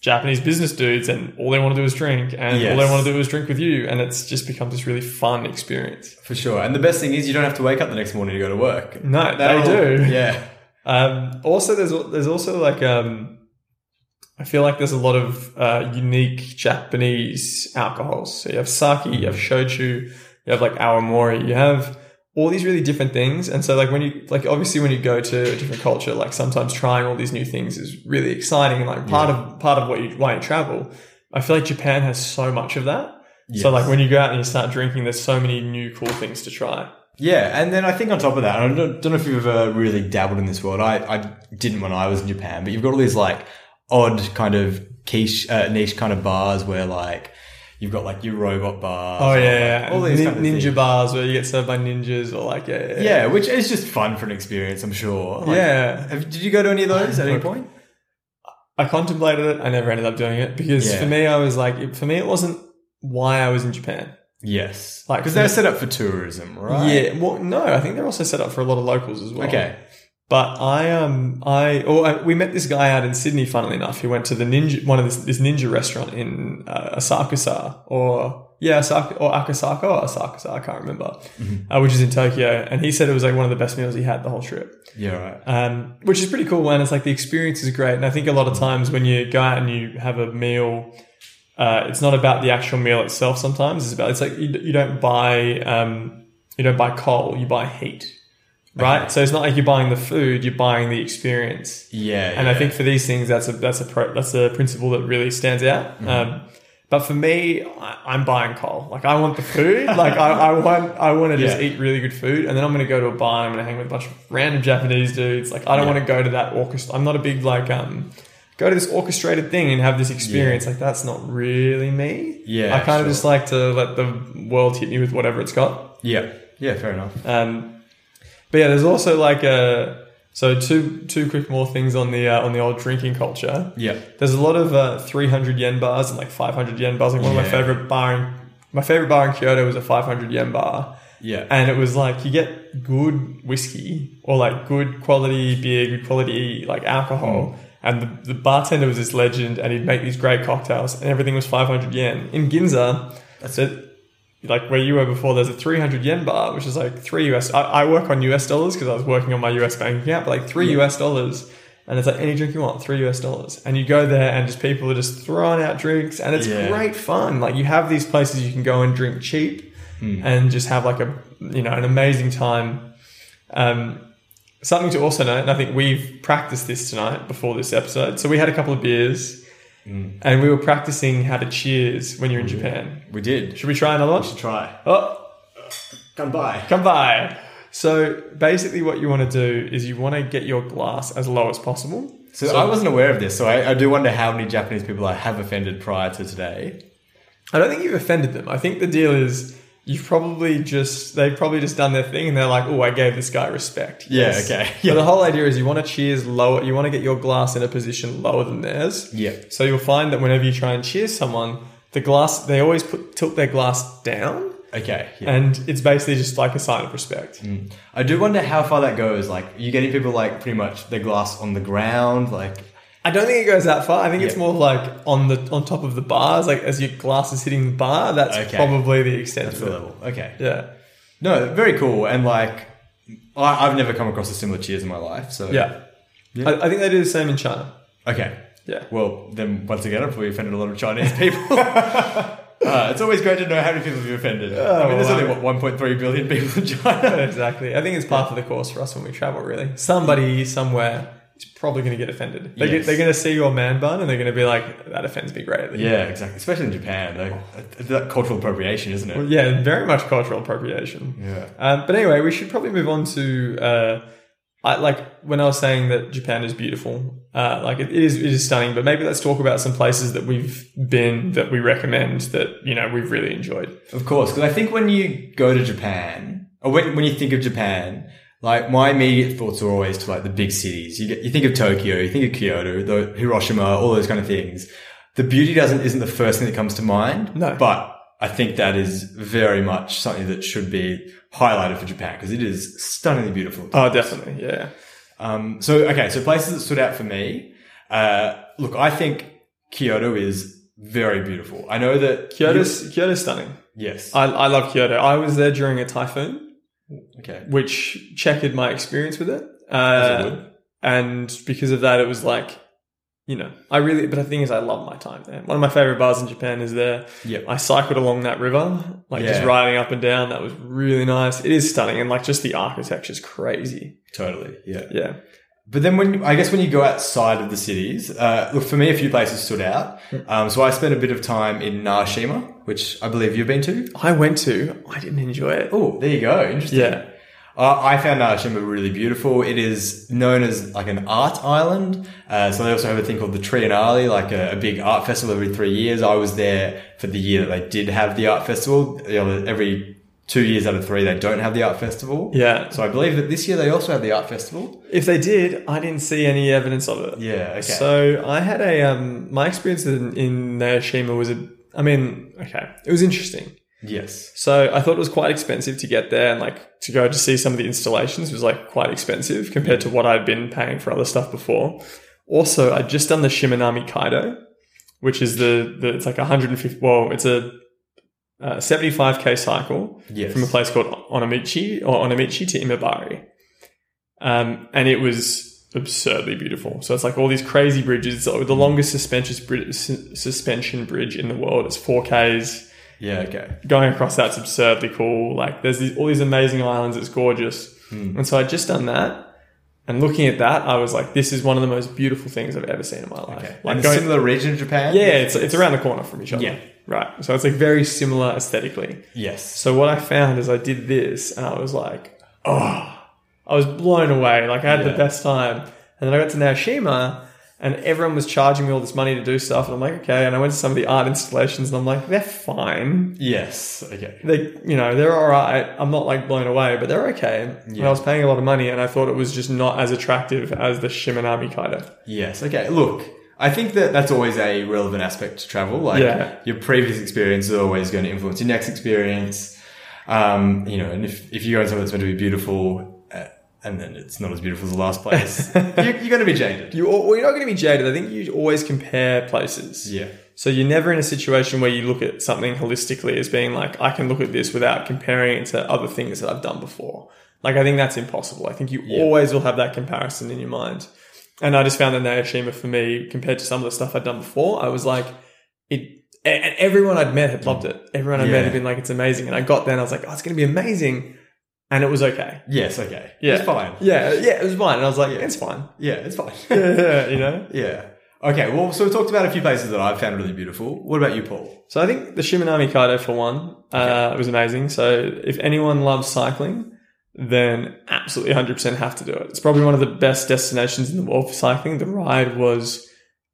B: Japanese business dudes and all they want to do is drink and all
A: Yes.
B: they want to do is drink with you. And it's just becomes this really fun experience.
A: For sure. And the best thing is you don't have to wake up the next morning to go to work.
B: No,
A: That'll-
B: they do.
A: Yeah.
B: Um, also, there's al- there's also like um, I feel like there's a lot of uh, unique Japanese alcohols. So you have sake, you have shochu, you have like awamori, you have all these really different things. And so like when you like obviously when you go to a different culture, like sometimes trying all these new things is really exciting. And like part of part of what you why you travel, I feel like Japan has so much of that. So
A: Yes.
B: like when you go out and you start drinking, there's so many new cool things to try.
A: Yeah, and then I think on top of that, I don't, don't know if you've ever really dabbled in this world. I, I didn't when I was in Japan, but you've got all these like odd kind of quiche, uh, niche kind of bars where like you've got like your robot bars.
B: Oh
A: or,
B: yeah, yeah.
A: like, all these
B: Nin-
A: kind of
B: ninja
A: things.
B: bars where you get served by ninjas or like yeah, yeah.
A: Yeah, which is just fun for an experience, I'm sure. Like,
B: Yeah.
A: have- did you go to any of those at any point?
B: I contemplated it. I never ended up doing it because
A: Yeah.
B: for me, I was like, it- for me, it wasn't why I was in Japan.
A: Yes,
B: Like-
A: because they're set up for tourism, right?
B: Yeah, well, no, I think they're also set up for a lot of locals as well.
A: Okay.
B: But I um I oh I, we met this guy out in Sydney. Funnily enough, he went to the ninja one of this, this ninja restaurant in uh, Asakusa or yeah Asaka, or Akasaka or Asakusa. I can't remember,
A: Mm-hmm.
B: uh, which is in Tokyo. And he said it was like one of the best meals he had the whole trip.
A: Yeah. Right.
B: um, which is pretty cool. And it's like the experience is great. And I think a lot of times when you go out and you have a meal, uh, it's not about the actual meal itself. Sometimes it's about it's like you, you don't buy um, you don't buy coal, you buy heat, right? So it's not like you're buying the food, you're buying the experience.
A: Yeah.
B: And I
A: yeah.
B: think for these things, that's a that's a pro, that's a principle that really stands out.
A: Mm-hmm.
B: Um, but for me, I, I'm buying coal. Like I want the food. Like I, I want I want to just
A: Yeah.
B: eat really good food, and then I'm going to go to a bar. and I'm going to hang with a bunch of random Japanese dudes. Like I don't
A: Yeah.
B: want to go to that orchestra. I'm not a big like um. Go to this orchestrated thing and have this experience. Like that's not really me.
A: Yeah,
B: I kind of
A: sure.
B: just like to let the world hit me with whatever it's got.
A: Yeah. Yeah. Fair enough.
B: Um, but yeah, there's also like a so two two quick more things on the uh, on the old drinking culture.
A: Yeah.
B: There's a lot of uh, 300 yen bars and like 500 yen bars. Like one of my
A: Yeah.
B: favorite bar in, my favorite bar in Kyoto was a 500 yen bar,
A: Yeah.
B: and it was like you get good whiskey or like good quality beer, good quality like alcohol. And the, the bartender was this legend, and he'd make these great cocktails, and everything was 500 yen. In Ginza, that's it like where you were before, there's a 300 yen bar, which is like three US. I, I work on US dollars because I was working on my US bank account, but like three US dollars. And it's like any drink you want, three US dollars. And you go there and just people are just throwing out drinks and it's
A: Yeah.
B: great fun. Like you have these places you can go and drink cheap and just have like a, you know, an amazing time. Um, something to also note, and I think we've practiced this tonight before this episode. So we had a couple of beers and we were practicing how to cheers when you're in Japan.
A: we did.
B: Should we try another one?
A: Try.
B: Oh,
A: Come by.
B: come by. So basically, what you want to do is you want to get your glass as low as possible.
A: So, I wasn't aware of this, so I, I do wonder how many Japanese people I have offended prior to today.
B: I don't think you've offended them. I think the deal is you've probably just they've probably just done their thing and they're like, oh, I gave this guy respect.
A: Yeah, okay.
B: So the whole idea is you want to cheers lower. You want to get your glass in a position lower than theirs.
A: Yeah.
B: So you'll find that whenever you try and cheers someone, the glass they always put tilt their glass down.
A: Okay. Yeah. Mm.
B: And it's basically just like a sign of respect.
A: I do wonder how far that goes. Like, are you getting people like pretty much their glass on the ground? Like,
B: I don't think it goes that far. I think it's
A: Yeah.
B: more like on the on top of the bars, like as your glass is hitting the bar. That's
A: Okay.
B: probably the extent
A: that's
B: of
A: the
B: it.
A: level. Okay.
B: Yeah,
A: No, very cool. And like, I, I've never come across a similar cheers in my life. So
B: yeah. I, I think they do the same in China.
A: Okay.
B: Yeah.
A: Well, then once again, I've probably offended a lot of Chinese people. Uh, it's always great to know how many people you've offended. I mean, there's
B: Oh, well,
A: only what 1.3 billion people in China.
B: exactly. I think it's part of the course for us when we travel. Really, somebody somewhere is probably going to get offended. They
A: Yes.
B: get, they're going to see your man bun and they're going to be like, "That offends me greatly."
A: Yeah, exactly. Especially in Japan, like, that- that cultural appropriation, isn't
B: Well,
A: it?
B: yeah, very much cultural appropriation.
A: Yeah.
B: Um, but anyway, we should probably move on to uh, I, like when I was saying that Japan is beautiful, uh, like it, it is it is stunning. But maybe let's talk about some places that we've been that we recommend that you know we've really enjoyed.
A: Of course, because I think when you go to Japan, or when, when you think of Japan, like my immediate thoughts are always to like the big cities. You get, you think of Tokyo, you think of Kyoto, the Hiroshima, all those kind of things. The beauty doesn't isn't the first thing that comes to mind.
B: No.
A: but I think that is very much something that should be highlighted for Japan because it is stunningly beautiful.
B: Oh, definitely. Yeah.
A: Um, so okay, so places that stood out for me. Uh, look, I think Kyoto is very beautiful. I know that
B: Kyoto's, Kyoto's stunning.
A: Yes.
B: I, I love Kyoto. I was there during a typhoon,
A: okay.
B: which checkered my experience with it.
A: As it
B: Uh,
A: would.
B: and because of that, it was like, you know, I really, but the thing is, I love my time there. One of my favorite bars in Japan is there.
A: Yep.
B: I cycled along that river, like just
A: Yeah.
B: riding up and down. That was really nice. It is stunning. And like just the architecture's crazy.
A: Totally. Yeah.
B: Yeah.
A: But then when I guess when you go outside of the cities, uh, look for me, a few places stood out. Um, so I spent a bit of time in Nashima, which I believe you've been to.
B: I went to, I didn't enjoy it.
A: Oh, there you go. Interesting.
B: Yeah.
A: Uh, I found Nashima really beautiful. It is known as like an art island. Uh, so they also have a thing called the Triennale, like a, a big art festival every three years. I was there for the year that they did have the art festival. You know, every two years out of three, they don't have the art festival.
B: Yeah.
A: So I believe that this year they also have the art festival.
B: If they did, I didn't see any evidence of it.
A: Yeah. Okay.
B: So I had a um, my experience in, in Naoshima was a I mean okay it was interesting.
A: yes.
B: So I thought it was quite expensive to get there and like to go to see some of the installations was like quite expensive compared to what I'd been paying for other stuff before. Also, I'd just done the Shimanami Kaido, which is the, the it's like 150 well it's a uh, 75k cycle
A: Yes.
B: from a place called Onomichi or Onomichi to Imabari. Um, and it was absurdly beautiful. So it's like all these crazy bridges. It's like the longest suspension bridge, suspension bridge in the world. It's 4Ks.
A: Yeah. Okay.
B: Going across that's absurdly cool. Like there's these, all these amazing islands. It's gorgeous.
A: Hmm.
B: And so I'd just done that. And looking at that, I was like, this is one of the most beautiful things I've ever seen in my life.
A: Okay.
B: Like
A: and a
B: going-
A: similar region of Japan.
B: yeah, it's, it's around the corner from each other.
A: Yeah.
B: Right. So it's like very similar aesthetically.
A: Yes.
B: So what I found is I did this and I was like, oh, I was blown away. Like I had the
A: Yeah.
B: best time. And then I got to Naoshima and everyone was charging me all this money to do stuff. And I'm like, okay. And I went to some of the art installations and I'm like, they're fine.
A: Yes. Okay.
B: They, you know, they're all right. I'm not like blown away, but they're okay. And I was paying a lot of money and I thought it was just not as attractive as the Shimanami Kaido.
A: Yes. Okay. Look, I think that that's always a relevant aspect to travel. Like
B: Yeah.
A: your previous experience is always going to influence your next experience. Um, you know, and if, if you go somewhere that's meant to be beautiful uh, and then it's not as beautiful as the last place, you're, you're going to be jaded.
B: You, al- well, you're not going to be jaded. I think you always compare places.
A: Yeah.
B: So you're never in a situation where you look at something holistically as being like, I can look at this without comparing it to other things that I've done before. Like, I think that's impossible. I think you always will have that comparison in your mind. And I just found that Naoshima for me, compared to some of the stuff I'd done before, I was like, it, a- and everyone I'd met had loved it. Everyone I met
A: Yeah.
B: had been like, it's amazing. And I got there and I was like, oh, it's going to be amazing. And it was okay.
A: Yes. Okay.
B: Yeah.
A: It's fine.
B: Yeah. Yeah. It was fine. And I was like, it's fine.
A: Yeah. It's fine.
B: Yeah. You know?
A: yeah. Okay. Well, so we talked about a few places that I've found really beautiful. What about you, Paul?
B: So I think the Shimanami Kaido for one uh, was amazing. So if anyone loves cycling, then absolutely 100% have to do it. It's probably one of the best destinations in the world for cycling. The ride was,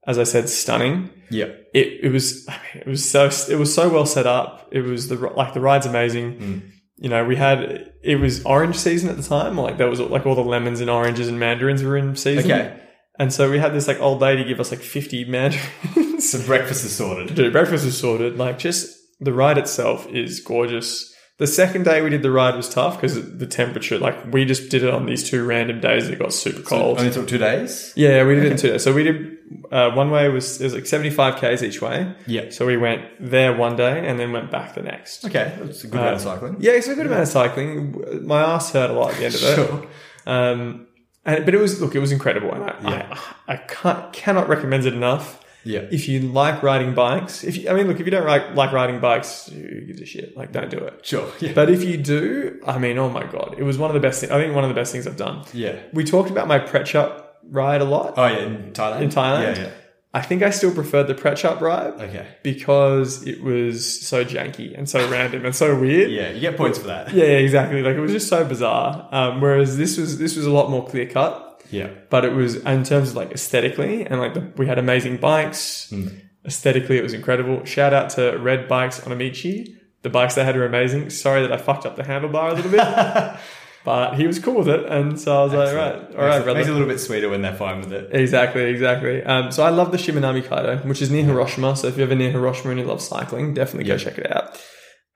B: as I said, stunning.
A: Yeah.
B: It, it was I mean, it was so it was so well set up. It was the like the ride's amazing. You know, we had it was orange season at the time. Like there was like all the lemons and oranges and mandarins were in season.
A: Okay.
B: And so we had this like old lady give us like 50 mandarins.
A: So breakfast is sorted.
B: Dude, breakfast was sorted. Like, just the ride itself is gorgeous. The second day we did the ride was tough because the temperature, like, we just did it on these two random days that got super cold.
A: Only took two days.
B: yeah, we did it in two days. So we did uh, one way was it was like seventy five k's each way.
A: Yeah.
B: So we went there one day and then went back the next.
A: Okay. That's a good amount of cycling.
B: Um, Yeah, it's a good amount of cycling. My ass hurt a lot at the end of it.
A: Sure.
B: Um, and, but it was look, it was incredible, and I
A: Yeah.
B: I, I can't, cannot recommend it enough.
A: Yeah.
B: If you like riding bikes, if you, I mean, look, if you don't like like riding bikes, who gives a shit? Like, don't do it.
A: Sure. Yeah.
B: But if you do, I mean, oh my god, it was one of the best. things I think one of the best things I've done.
A: Yeah.
B: We talked about my Pretch Up ride a lot.
A: Oh yeah, in Thailand.
B: In Thailand?
A: Yeah,
B: I think I still preferred the Pretch Up ride
A: yeah. Okay.
B: because it was so janky and so random and so weird.
A: Yeah, you get points for that.
B: Yeah, yeah, exactly. Like it was just so bizarre. Um, whereas this was this was a lot more clear cut,
A: Yeah.
B: but it was in terms of like aesthetically and like the, we had amazing bikes.
A: Hmm.
B: Aesthetically, it was incredible. Shout out to Red Bikes on Amici. The bikes they had were amazing. Sorry that I fucked up the handlebar a little bit. But he was cool with it, and so I was
A: Excellent.
B: like, right,
A: Makes
B: all right,
A: it- Makes it a
B: brother.
A: little bit sweeter when they're fine with it.
B: Exactly, exactly. Um, so I love the Shimanami Kaido, which is near Hiroshima. So if you're ever near Hiroshima and you love cycling, definitely go
A: Yeah.
B: check it out.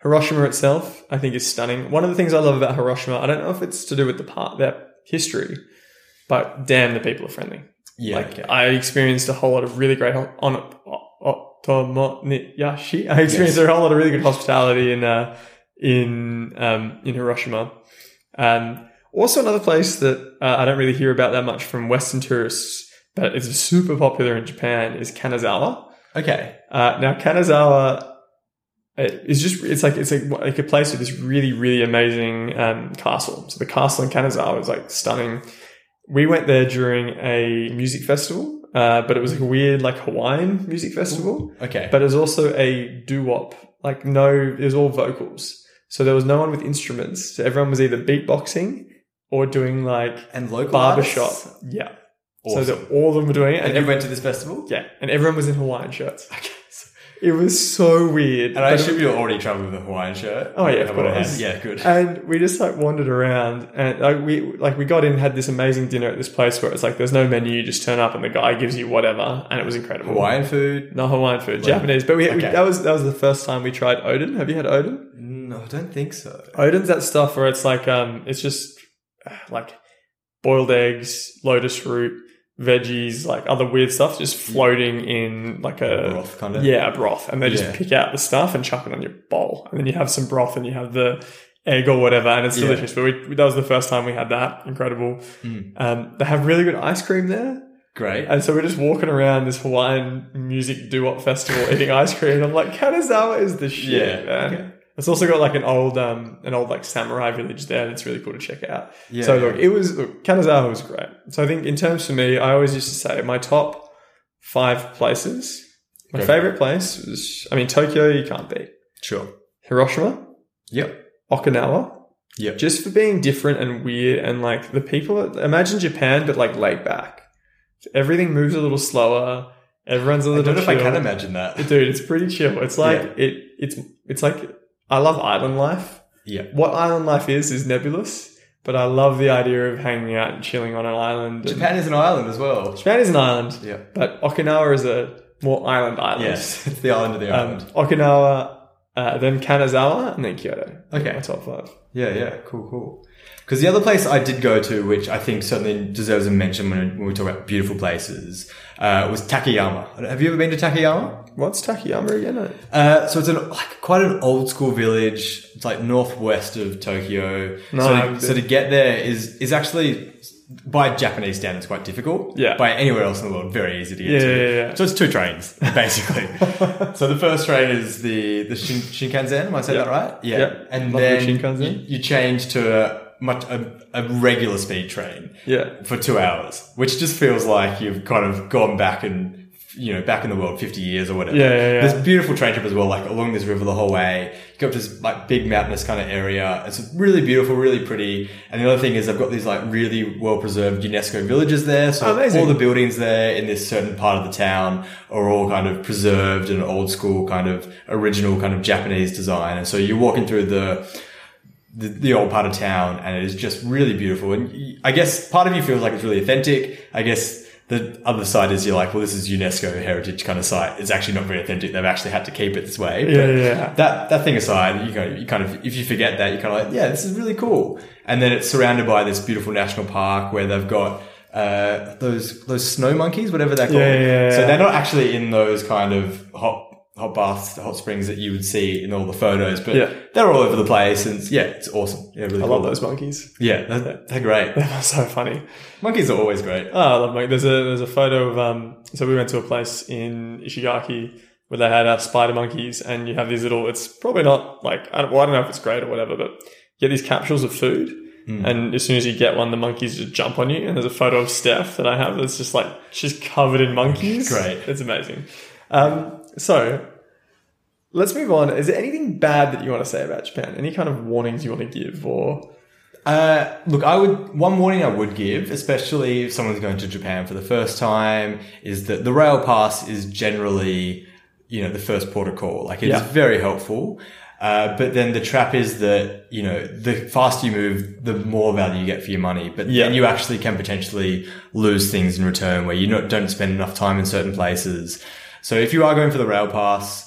B: Hiroshima itself, I think, is stunning. One of the things I love about Hiroshima, I don't know if it's to do with the part their history, but damn, the people are friendly.
A: Yeah.
B: like
A: okay.
B: I experienced a whole lot of really great ho- on Otomoniyashi. I experienced a whole lot of really good hospitality in uh, in um, in Hiroshima. Um, also, another place that uh, I don't really hear about that much from Western tourists, but it's super popular in Japan is Kanazawa.
A: okay.
B: Uh, now Kanazawa uh, is just it's like it's like, like a place with this really really amazing um, castle. So the castle in Kanazawa is like stunning. We went there during a music festival, uh, but it was like a weird like Hawaiian music festival.
A: Okay.
B: But it was also a doo wop, like no, it was all vocals. So there was no one with instruments. So everyone was either beatboxing or doing like
A: and local
B: barbershop.
A: artists?
B: Yeah.
A: Awesome.
B: So that all of them were doing it,
A: and
B: and
A: you went to this festival?
B: yeah, and everyone was in Hawaiian shirts. It was so weird.
A: And I
B: But-
A: assume you're already traveling with a Hawaiian shirt.
B: Oh, yeah, of
A: I would've
B: course. Um,
A: had- Yeah, good.
B: and we just like wandered around, and like we like we got in, had this amazing dinner at this place where it's like there's no menu, you just turn up and the guy gives you whatever, and it was incredible.
A: Hawaiian food?
B: not Hawaiian food, Japanese. But we, we-
A: Okay.
B: that was that was the first time we tried Odin. Have you had Odin?
A: No, I don't think so.
B: Odin's that stuff where it's like um, it's just uh, like boiled eggs, lotus root, veggies, like other weird stuff, just floating in like a
A: Broth, kind of.
B: Uh, Yeah, broth. And they just
A: Yeah.
B: pick out the stuff and chuck it on your bowl. And then you have some broth and you have the egg or whatever. And it's
A: Yeah.
B: delicious. But we, that was the first time we had that. Incredible.
A: Mm.
B: Um, they have really good ice cream there.
A: Great.
B: And so we're just walking around this Hawaiian music doo wop festival eating ice cream. And I'm like, Kanazawa is the shit,
A: Yeah,
B: man.
A: okay.
B: It's also got like an old, um, an old like samurai village there. And it's really cool to check out.
A: yeah.
B: So look, it was look, Kanazawa was great. So I think in terms for me, I always used to say my top five places. My
A: Go for it.
B: favorite place was I mean Tokyo you can't beat.
A: Sure.
B: Hiroshima,
A: Yep.
B: Okinawa.
A: Yep.
B: Just for being different and weird and like the people imagine Japan but like laid back. Everything moves a little slower. Everyone's a
A: I
B: little
A: don't know if I
B: chill.
A: can imagine that.
B: Dude, it's pretty chill. It's like it it's it's like I love island life
A: Yeah.
B: what island life is is nebulous, but I love the idea of hanging out and chilling on an island. and-
A: Japan is an island as well.
B: Japan is an island,
A: Yeah.
B: but Okinawa is a more island island.
A: Yes. It's the island of the
B: Um,
A: island.
B: Okinawa, uh, then Kanazawa, and then Kyoto.
A: Okay.
B: My top five.
A: Yeah, yeah, cool, cool. Because the other place I did go to, which I think certainly deserves a mention when, when we talk about beautiful places, uh, was Takayama. Have you ever been to Takayama?
B: What's Takayama again?
A: Uh, so it's an, like quite an old school village. It's like northwest of Tokyo.
B: No, I
A: so,
B: haven't
A: to, so to get there is is actually by Japanese standards quite difficult.
B: Yeah.
A: By anywhere else in the world, very easy to get
B: Yeah,
A: to.
B: yeah, yeah.
A: So it's two trains basically. so the first train is the the Shin, Shinkansen. Am I saying
B: Yeah.
A: that right? Yeah.
B: Yeah.
A: And
B: Love the
A: then
B: Shinkansen.
A: you- you change to a much a, a regular speed train
B: Yeah.
A: for two hours, which just feels like you've kind of gone back and you know back in the world fifty years or whatever.
B: Yeah, yeah, yeah.
A: This beautiful train trip as well, like along this river the whole way. You go up to this like big mountainous kind of area. It's really beautiful, really pretty. And the other thing is they've got these like really well preserved UNESCO villages there. So
B: Amazing.
A: all the buildings there in this certain part of the town are all kind of preserved and old school kind of original kind of Japanese design. And so you're walking through the the, the old part of town and it is just really beautiful. And y- I guess part of you feels like it's really authentic. I guess the other side is you're like, well, this is UNESCO heritage kind of site. It's actually not very authentic. They've actually had to keep it this way.
B: Yeah,
A: But
B: yeah, yeah.
A: That, that thing aside, you kind, of, you kind of, if you forget that, you're kind of like, yeah, this is really cool. And then it's surrounded by this beautiful national park where they've got, uh, those, those snow monkeys, whatever they're called.
B: Yeah, yeah, yeah,
A: So
B: yeah.
A: they're not actually in those kind of hot, hot baths, hot springs that you would see in all the photos, but
B: Yeah.
A: they're all over the place and it's- yeah, it's awesome. Yeah, really
B: I
A: cool.
B: love those monkeys.
A: Yeah, they're, they're great.
B: They're so funny.
A: Monkeys are always great.
B: Oh, I love Mike. There's a there's a photo of um. So we went to a place in Ishigaki where they had uh, spider monkeys, and you have these little. It's probably not like I don't, well, I don't know if it's great or whatever, but you get these capsules of food,
A: Hmm.
B: and as soon as you get one, the monkeys just jump on you. And there's a photo of Steph that I have that's just like she's covered in monkeys.
A: Great.
B: it's amazing. Um, so let's move on. Is there anything bad that you want to say about Japan? Any kind of warnings you want to give or?
A: Uh, look, I would one warning I would give, especially if someone's going to Japan for the first time, is that the rail pass is generally, you know, the first port of call. Like it is
B: Yeah.
A: very helpful. Uh, but then the trap is that, you know, the faster you move, the more value you get for your money. But
B: Yeah.
A: then you actually can potentially lose things in return where you not, don't spend enough time in certain places. So if you are going for the rail pass,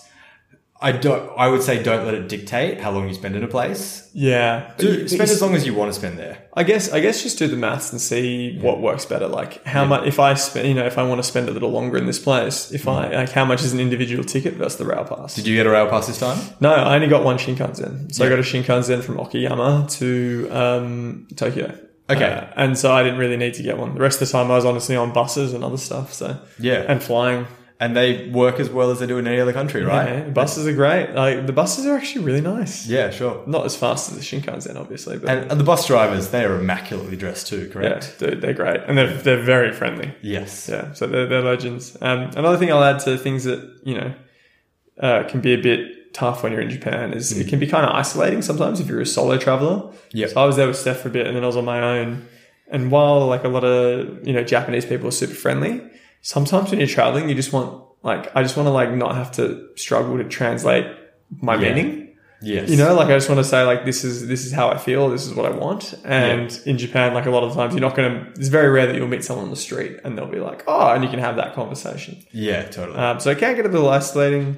A: I don't, I would say don't let it dictate how long you spend in a place.
B: Yeah.
A: Do,
B: But you-
A: spend as long as you want to spend there.
B: I guess I guess just do the maths and see what works better. Like how much if I spend you know if I want to spend a little longer in this place, if I like how much is an individual ticket versus the rail pass?
A: Mm-hmm. Did you get a rail pass this time?
B: no, I only got one Shinkansen, so I
A: Yeah.
B: got a Shinkansen from Okayama to um, Tokyo.
A: Okay.
B: Uh, and so I didn't really need to get one. The rest of the time I was honestly on buses and other stuff. So
A: Yeah.
B: and flying.
A: And they work as well as they do in any other country, right?
B: Yeah, buses are great. Like the buses are actually really nice.
A: Yeah, sure.
B: Not as fast as the Shinkansen, obviously, but
A: And, and the bus drivers, they are immaculately dressed too,
B: yeah,
A: correct?
B: dude, they're great and they're they're very friendly.
A: Yes.
B: Yeah, so they're, they're legends. Um, another thing I'll add to things that you know uh, can be a bit tough when you're in Japan is
A: Mm.
B: it can be kind of isolating sometimes if you're a solo traveler.
A: Yep.
B: So I was there with Steph for a bit, and then I was on my own. And while like a lot of you know Japanese people are super friendly, sometimes when you're traveling, you just want like I just want to like not have to struggle to translate my
A: Yeah.
B: meaning.
A: Yes.
B: You know, like I just want to say, like this is this is how I feel, this is what I want. And in Japan, like a lot of times, you're not going to. It's very rare that you'll meet someone on the street and they'll be like, "Oh," and you can have that conversation.
A: Yeah, totally.
B: Um, so it can get a little isolating.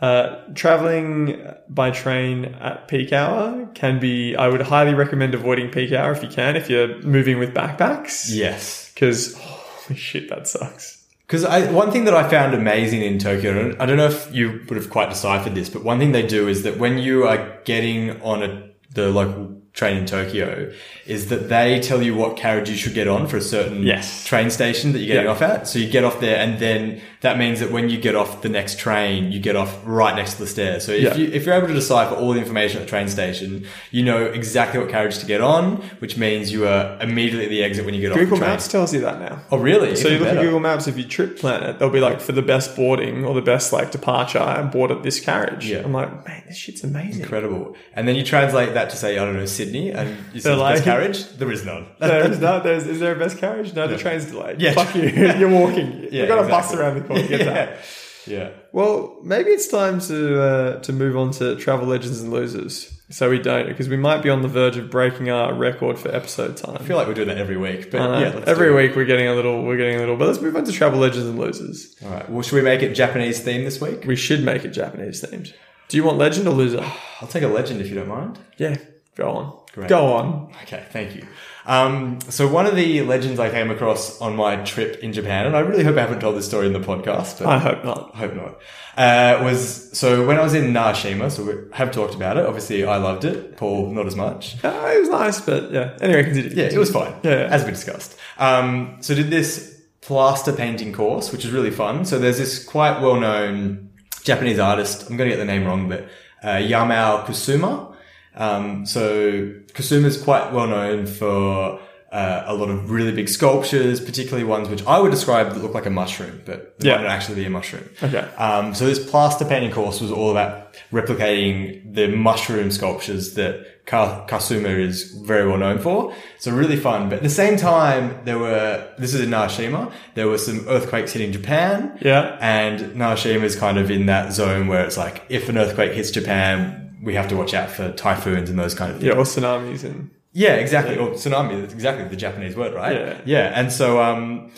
B: Uh, traveling by train at peak hour can be. I would highly recommend avoiding peak hour if you can, if you're moving with backpacks,
A: yes.
B: because holy shit, that sucks.
A: Because I, one thing that I found amazing in Tokyo, and I don't know if you would have quite deciphered this, but one thing they do is that when you are getting on a, the local train in Tokyo, is that they tell you what carriage you should get on for a certain
B: Yes.
A: train station that you're getting
B: Yeah.
A: off at. So you get off there, and then that means that when you get off the next train, you get off right next to the stairs. So if,
B: Yeah.
A: you, if you're able to decipher all the information at the train station, you know exactly what carriage to get on, which means you are immediately at the exit when you get
B: Google
A: off the train.
B: Maps tells you that now.
A: Oh, really?
B: So you
A: Even
B: look at
A: better.
B: Google Maps if you trip plan it, they'll be like for the best boarding or the best like departure, I board at this carriage.
A: Yeah.
B: I'm like, man, this shit's amazing.
A: Incredible. And then you translate that to say, I don't know, Sydney, and you say
B: They're like-
A: best carriage. There is none.
B: There is, no, there's, is there a best carriage? No, the train's delayed.
A: Yeah.
B: Fuck you. You're walking.
A: Yeah,
B: You've got a bus
A: exactly.
B: around the corner. Get that.
A: yeah. yeah.
B: Well, maybe it's time to uh, to move on to travel legends and losers. So we don't, because we might be on the verge of breaking our record for episode time.
A: I feel like we do that every week, but
B: Uh,
A: yeah, let's
B: every
A: do
B: week we're getting a little, we're getting a little. But let's move on to travel legends and losers.
A: it. All right. Well, should we make it Japanese theme this week?
B: We should make it Japanese themed. Do you want legend or loser?
A: I'll take a legend if you don't mind.
B: Yeah, go on.
A: Great.
B: Go on.
A: Okay, thank you. Um, so one of the legends I came across on my trip in Japan, and I really hope I haven't told this story in the podcast, but
B: I hope not.
A: I hope not. Uh, was so when I was in Nashima, so we have talked about it. Obviously, I loved it. Paul, not as much.
B: Uh, it was nice, but yeah. Anyway, continue.
A: Yeah, it was fine.
B: Yeah.
A: as we discussed. Um, so did this plaster painting course, which is really fun. So there's this quite well known Japanese artist. I'm going to get the name wrong, but uh, Yamao Kusuma. Um, so Kusuma is quite well known for. Uh, a lot of really big sculptures, particularly ones which I would describe that look like a mushroom, but they
B: Yeah.
A: might not actually be a mushroom.
B: Okay.
A: Um, so this plaster painting course was all about replicating the mushroom sculptures that Ka- Kasuma is very well known for. So really fun. But at the same time, there were, this is in Nashima, there were some earthquakes hitting Japan.
B: Yeah.
A: And Nashima is kind of in that zone where it's like, if an earthquake hits Japan, we have to watch out for typhoons and those kind of things.
B: Yeah, or tsunamis and
A: Yeah, exactly. Or tsunami. That's exactly the Japanese word, right?
B: Yeah.
A: Yeah. And so, um,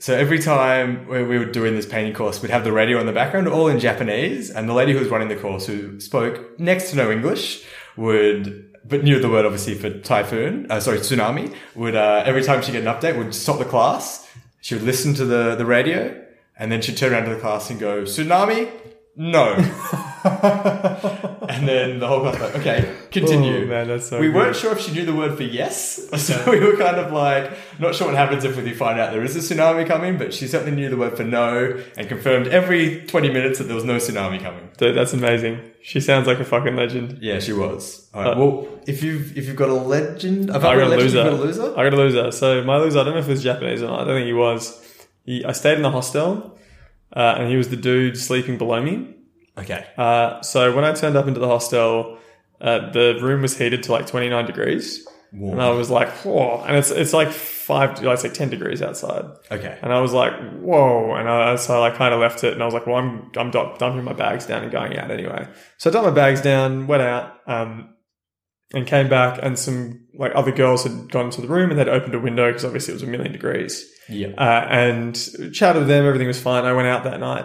A: so every time we, we were doing this painting course, we'd have the radio in the background, all in Japanese, and the lady who was running the course, who spoke next to no English, would but knew the word obviously for typhoon. Uh, sorry, tsunami. Would uh, every time she would get an update, would stop the class. She would listen to the the radio, and then she'd turn around to the class and go, "Tsunami, no." And then the whole class like, okay, continue.
B: Oh, man, that's so
A: we
B: good.
A: weren't sure if she knew the word for yes, so we were kind of like, not sure what happens if we find out there is a tsunami coming, but she certainly knew the word for no and confirmed every 20 minutes that there was no tsunami coming.
B: dude, that's amazing. She sounds like a fucking legend.
A: Yeah, she was. All right,
B: Uh,
A: well, if you've if you've got a legend, I've got a
B: I got a
A: legend,
B: loser.
A: you've got a loser.
B: I got a loser. So my loser, I don't know if it was Japanese or not. I don't think he was. He, I stayed in the hostel, uh, and he was the dude sleeping below me.
A: Okay.
B: Uh, so when I turned up into the hostel, uh, the room was heated to like 29 degrees.
A: Warm.
B: And I was like, whoa. And it's, it's like five, like, it's like 10 degrees outside.
A: Okay.
B: And I was like, whoa. And I, so I kind of left it and I was like, well, I'm, I'm dump- dumping my bags down and going out anyway. So I dumped my bags down, went out, um, and came back and some like other girls had gone into the room and they'd opened a window because obviously it was a million degrees.
A: Yeah.
B: Uh, and chatted with them. Everything was fine. I went out that night.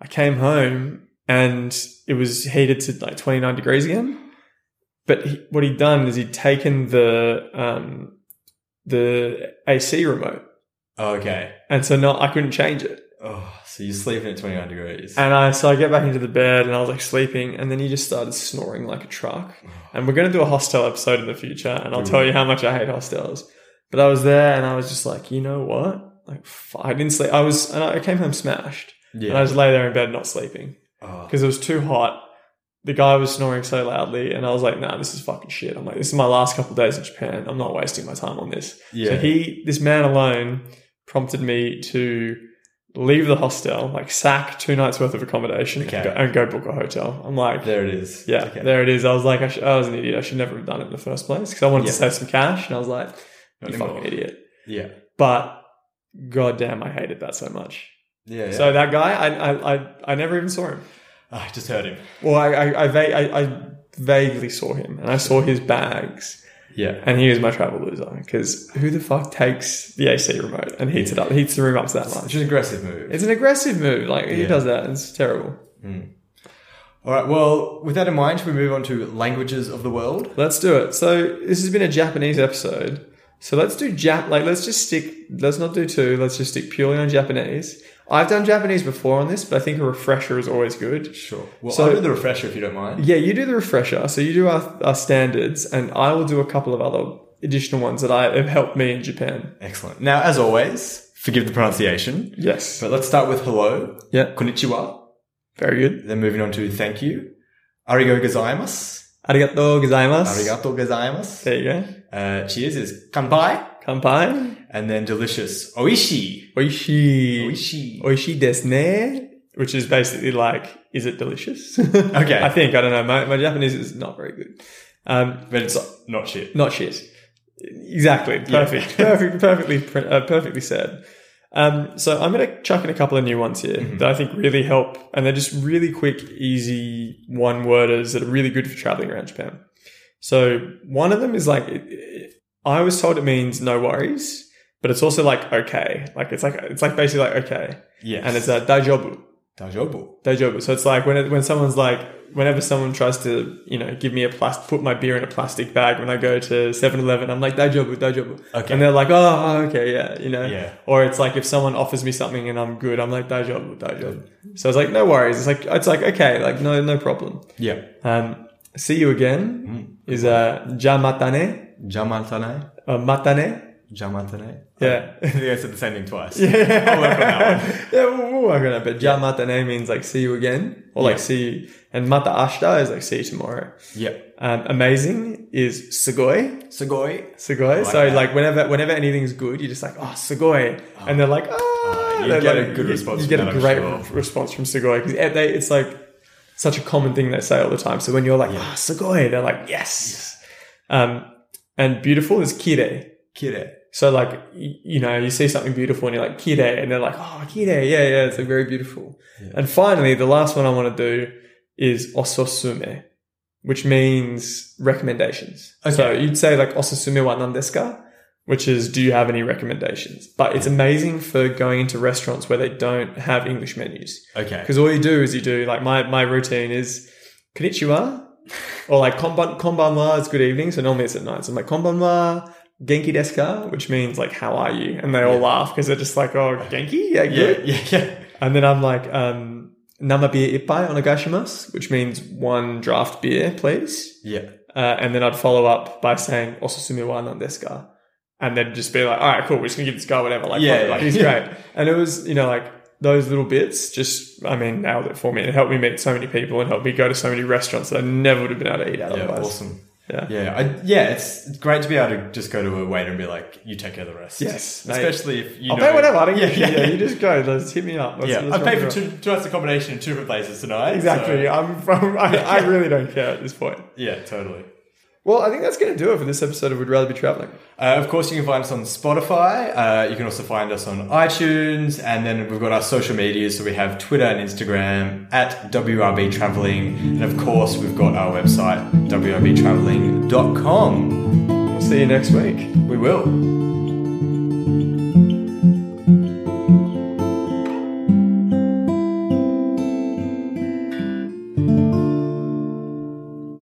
B: I came home and it was heated to like 29 degrees again. But he, what he'd done is he'd taken the, um, the AC remote.
A: Okay.
B: And so not, I couldn't change it.
A: Oh, so you're sleeping at 29 degrees.
B: And I so I get back into the bed and I was like sleeping, and then he just started snoring like a truck. And we're gonna do a hostel episode in the future, and I'll tell you how much I hate hostels. But I was there and I was just like, you know what? Like f- I didn't sleep. I was and I came home smashed. And I
A: yeah.
B: just lay there in bed not sleeping
A: Oh,
B: because it was too hot. The guy was snoring so loudly, and I was like, "Nah, this is fucking shit." I'm like, "This is my last couple of days in Japan. I'm not wasting my time on this."
A: yeah.
B: So he, this man alone, prompted me to leave the hostel, like sack two nights worth of accommodation,
A: Okay.
B: and, go, and go book a hotel. I'm like,
A: there it is.
B: yeah,
A: Okay.
B: there it is. I was like, I, sh- I was an idiot. I should never have done it in the first place because I wanted
A: Yeah.
B: to save some cash, and I was like,
A: Not
B: you
A: anymore.
B: fucking idiot.
A: Yeah.
B: But goddamn, I hated that so much.
A: Yeah. yeah.
B: So that guy, I, I, I, I never even saw him.
A: Ah, I just heard him.
B: Well, I, I, I, va- I, I vaguely saw him, and I saw his bags.
A: Yeah.
B: And he was my travel loser because who the fuck takes the AC remote and heats it up, heats the room up to that
A: It's
B: much?
A: an aggressive move.
B: It's an aggressive move. Like who
A: Yeah.
B: does that? It's terrible.
A: All right. Well, with that in mind, should we move on to languages of the world?
B: Let's do it. So this has been a Japanese episode. So let's do Jap. Like let's just stick. Let's not do two. Let's just stick purely on Japanese. I've done Japanese before on this, but I think a refresher is always good.
A: Sure. Well,
B: So-
A: I'll do the refresher if you don't mind.
B: Yeah, you do the refresher. So you do our, our standards, and I will do a couple of other additional ones that I have helped me in Japan.
A: Excellent. Now, as always, forgive the pronunciation,
B: Yes.
A: but let's start with hello,
B: Yeah.
A: konnichiwa,
B: Very good.
A: then moving on to thank you, arigo gozaimasu,
B: Arigatou gozaimasu.
A: arigato gozaimasu.
B: There you go.
A: Uh, cheers is kanpai,
B: Kanpai.
A: and then delicious oishi,
B: Oishi.
A: oishi.
B: Oishi desu ne. Which is basically like, is it delicious?
A: Okay.
B: I think, I don't know. My, my Japanese is not very good. Um,
A: But it's not shit.
B: not shit. Exactly. Perfect. perfect. Perfectly, pr- uh, perfectly said. Um, so I'm going to chuck in a couple of new ones here that I think really help. And they're just really quick, easy one worders that are really good for traveling around Japan. So one of them is like, it, it, I was told it means no worries, but it's also like, okay. Like it's like, it's like basically like, okay.
A: Yes.
B: And it's a daijoubu.
A: Dajobu.
B: Daijoubu. So it's like when it, when someone's like whenever someone tries to you know give me a plastic put my beer in a plastic bag when I go to 7-Eleven, I'm like daijoubu, daijoubu.
A: Okay.
B: And they're like, oh, okay, yeah, you know.
A: Yeah.
B: Or it's like if someone offers me something and I'm good, I'm like daijoubu, daijoubu. So it's like no worries. It's like it's like okay, like no no problem.
A: Yeah.
B: Um, see you again
A: Mm.
B: is uh, jamatane,
A: Jamatane.
B: uh, matane.
A: Jamatane.
B: Yeah.
A: I think I said the same thing twice.
B: Yeah,
A: I'll work on that one.
B: yeah, we'll, we'll work on it. But ja matane means like see you again, or like
A: Yeah.
B: see you, and mata ashta is like see you tomorrow.
A: Yeah.
B: Um, amazing is sugoi,
A: Sugoi.
B: sugoi.
A: Like
B: so
A: that.
B: like whenever whenever anything's good, you're just like oh sugoi, and they're like ah.
A: Uh, you
B: They're
A: get
B: like-
A: a good response
B: You
A: from
B: get a
A: that, I'm
B: great
A: sure.
B: re- response from sugoi because they it's like such a common thing they say all the time. So when you're like ah sugoi, they're like yes. Um, and beautiful is kire.
A: Kire.
B: So like y- you know, you see something beautiful and you're like kire, and they're like oh kire, yeah yeah, it's like very beautiful.
A: Yeah.
B: And finally, the last one I want to do is ososume, which means recommendations. So
A: Okay.
B: you'd say like ososume wa nan desu ka, which is do you have any recommendations? But it's amazing for going into restaurants where they don't have English menus
A: Okay.
B: because all you do is you do like my my routine is konnichiwa or like konban konbanwa is good evening so normally it's at night so I'm like konbanwa genki desu ka which means like how are you and they all laugh because they're just like oh genki yeah
A: Yeah,
B: good
A: yeah, yeah.
B: and then I'm like um nama beer ippai onegaishimasu which means one draft beer please
A: Yeah.
B: uh, and then I'd follow up by saying ososume wa nan desu ka and then just be like all right cool we're just gonna give this guy whatever like,
A: Yeah,
B: like
A: yeah.
B: he's great and it was you know like those little bits just I mean nailed it for me it helped me meet so many people and helped me go to so many restaurants that I never would have been able to eat
A: Yeah,
B: otherwise
A: awesome.
B: yeah
A: Yeah, I, yeah, it's it's great to be able to just go to a waiter and be like, "You take care of the rest."
B: Yes, mate.
A: especially if you
B: I'll
A: know.
B: pay whatever I don't yeah,
A: yeah,
B: yeah, you just go let's hit me up let's,
A: yeah.
B: let's
A: I paid
B: run
A: for two, two nights accommodation in two different places tonight.
B: exactly
A: so-
B: I'm from I, I really don't care at this point
A: yeah, totally.
B: Well, I think that's going to do it for this episode of Would Rather Be Traveling.
A: Uh, of course, you can find us on Spotify. Uh, you can also find us on iTunes. And then we've got our social media. So we have Twitter and Instagram at WRB Traveling. And of course, we've got our website, wrbtraveling.com.
B: We'll see you next week.
A: We will.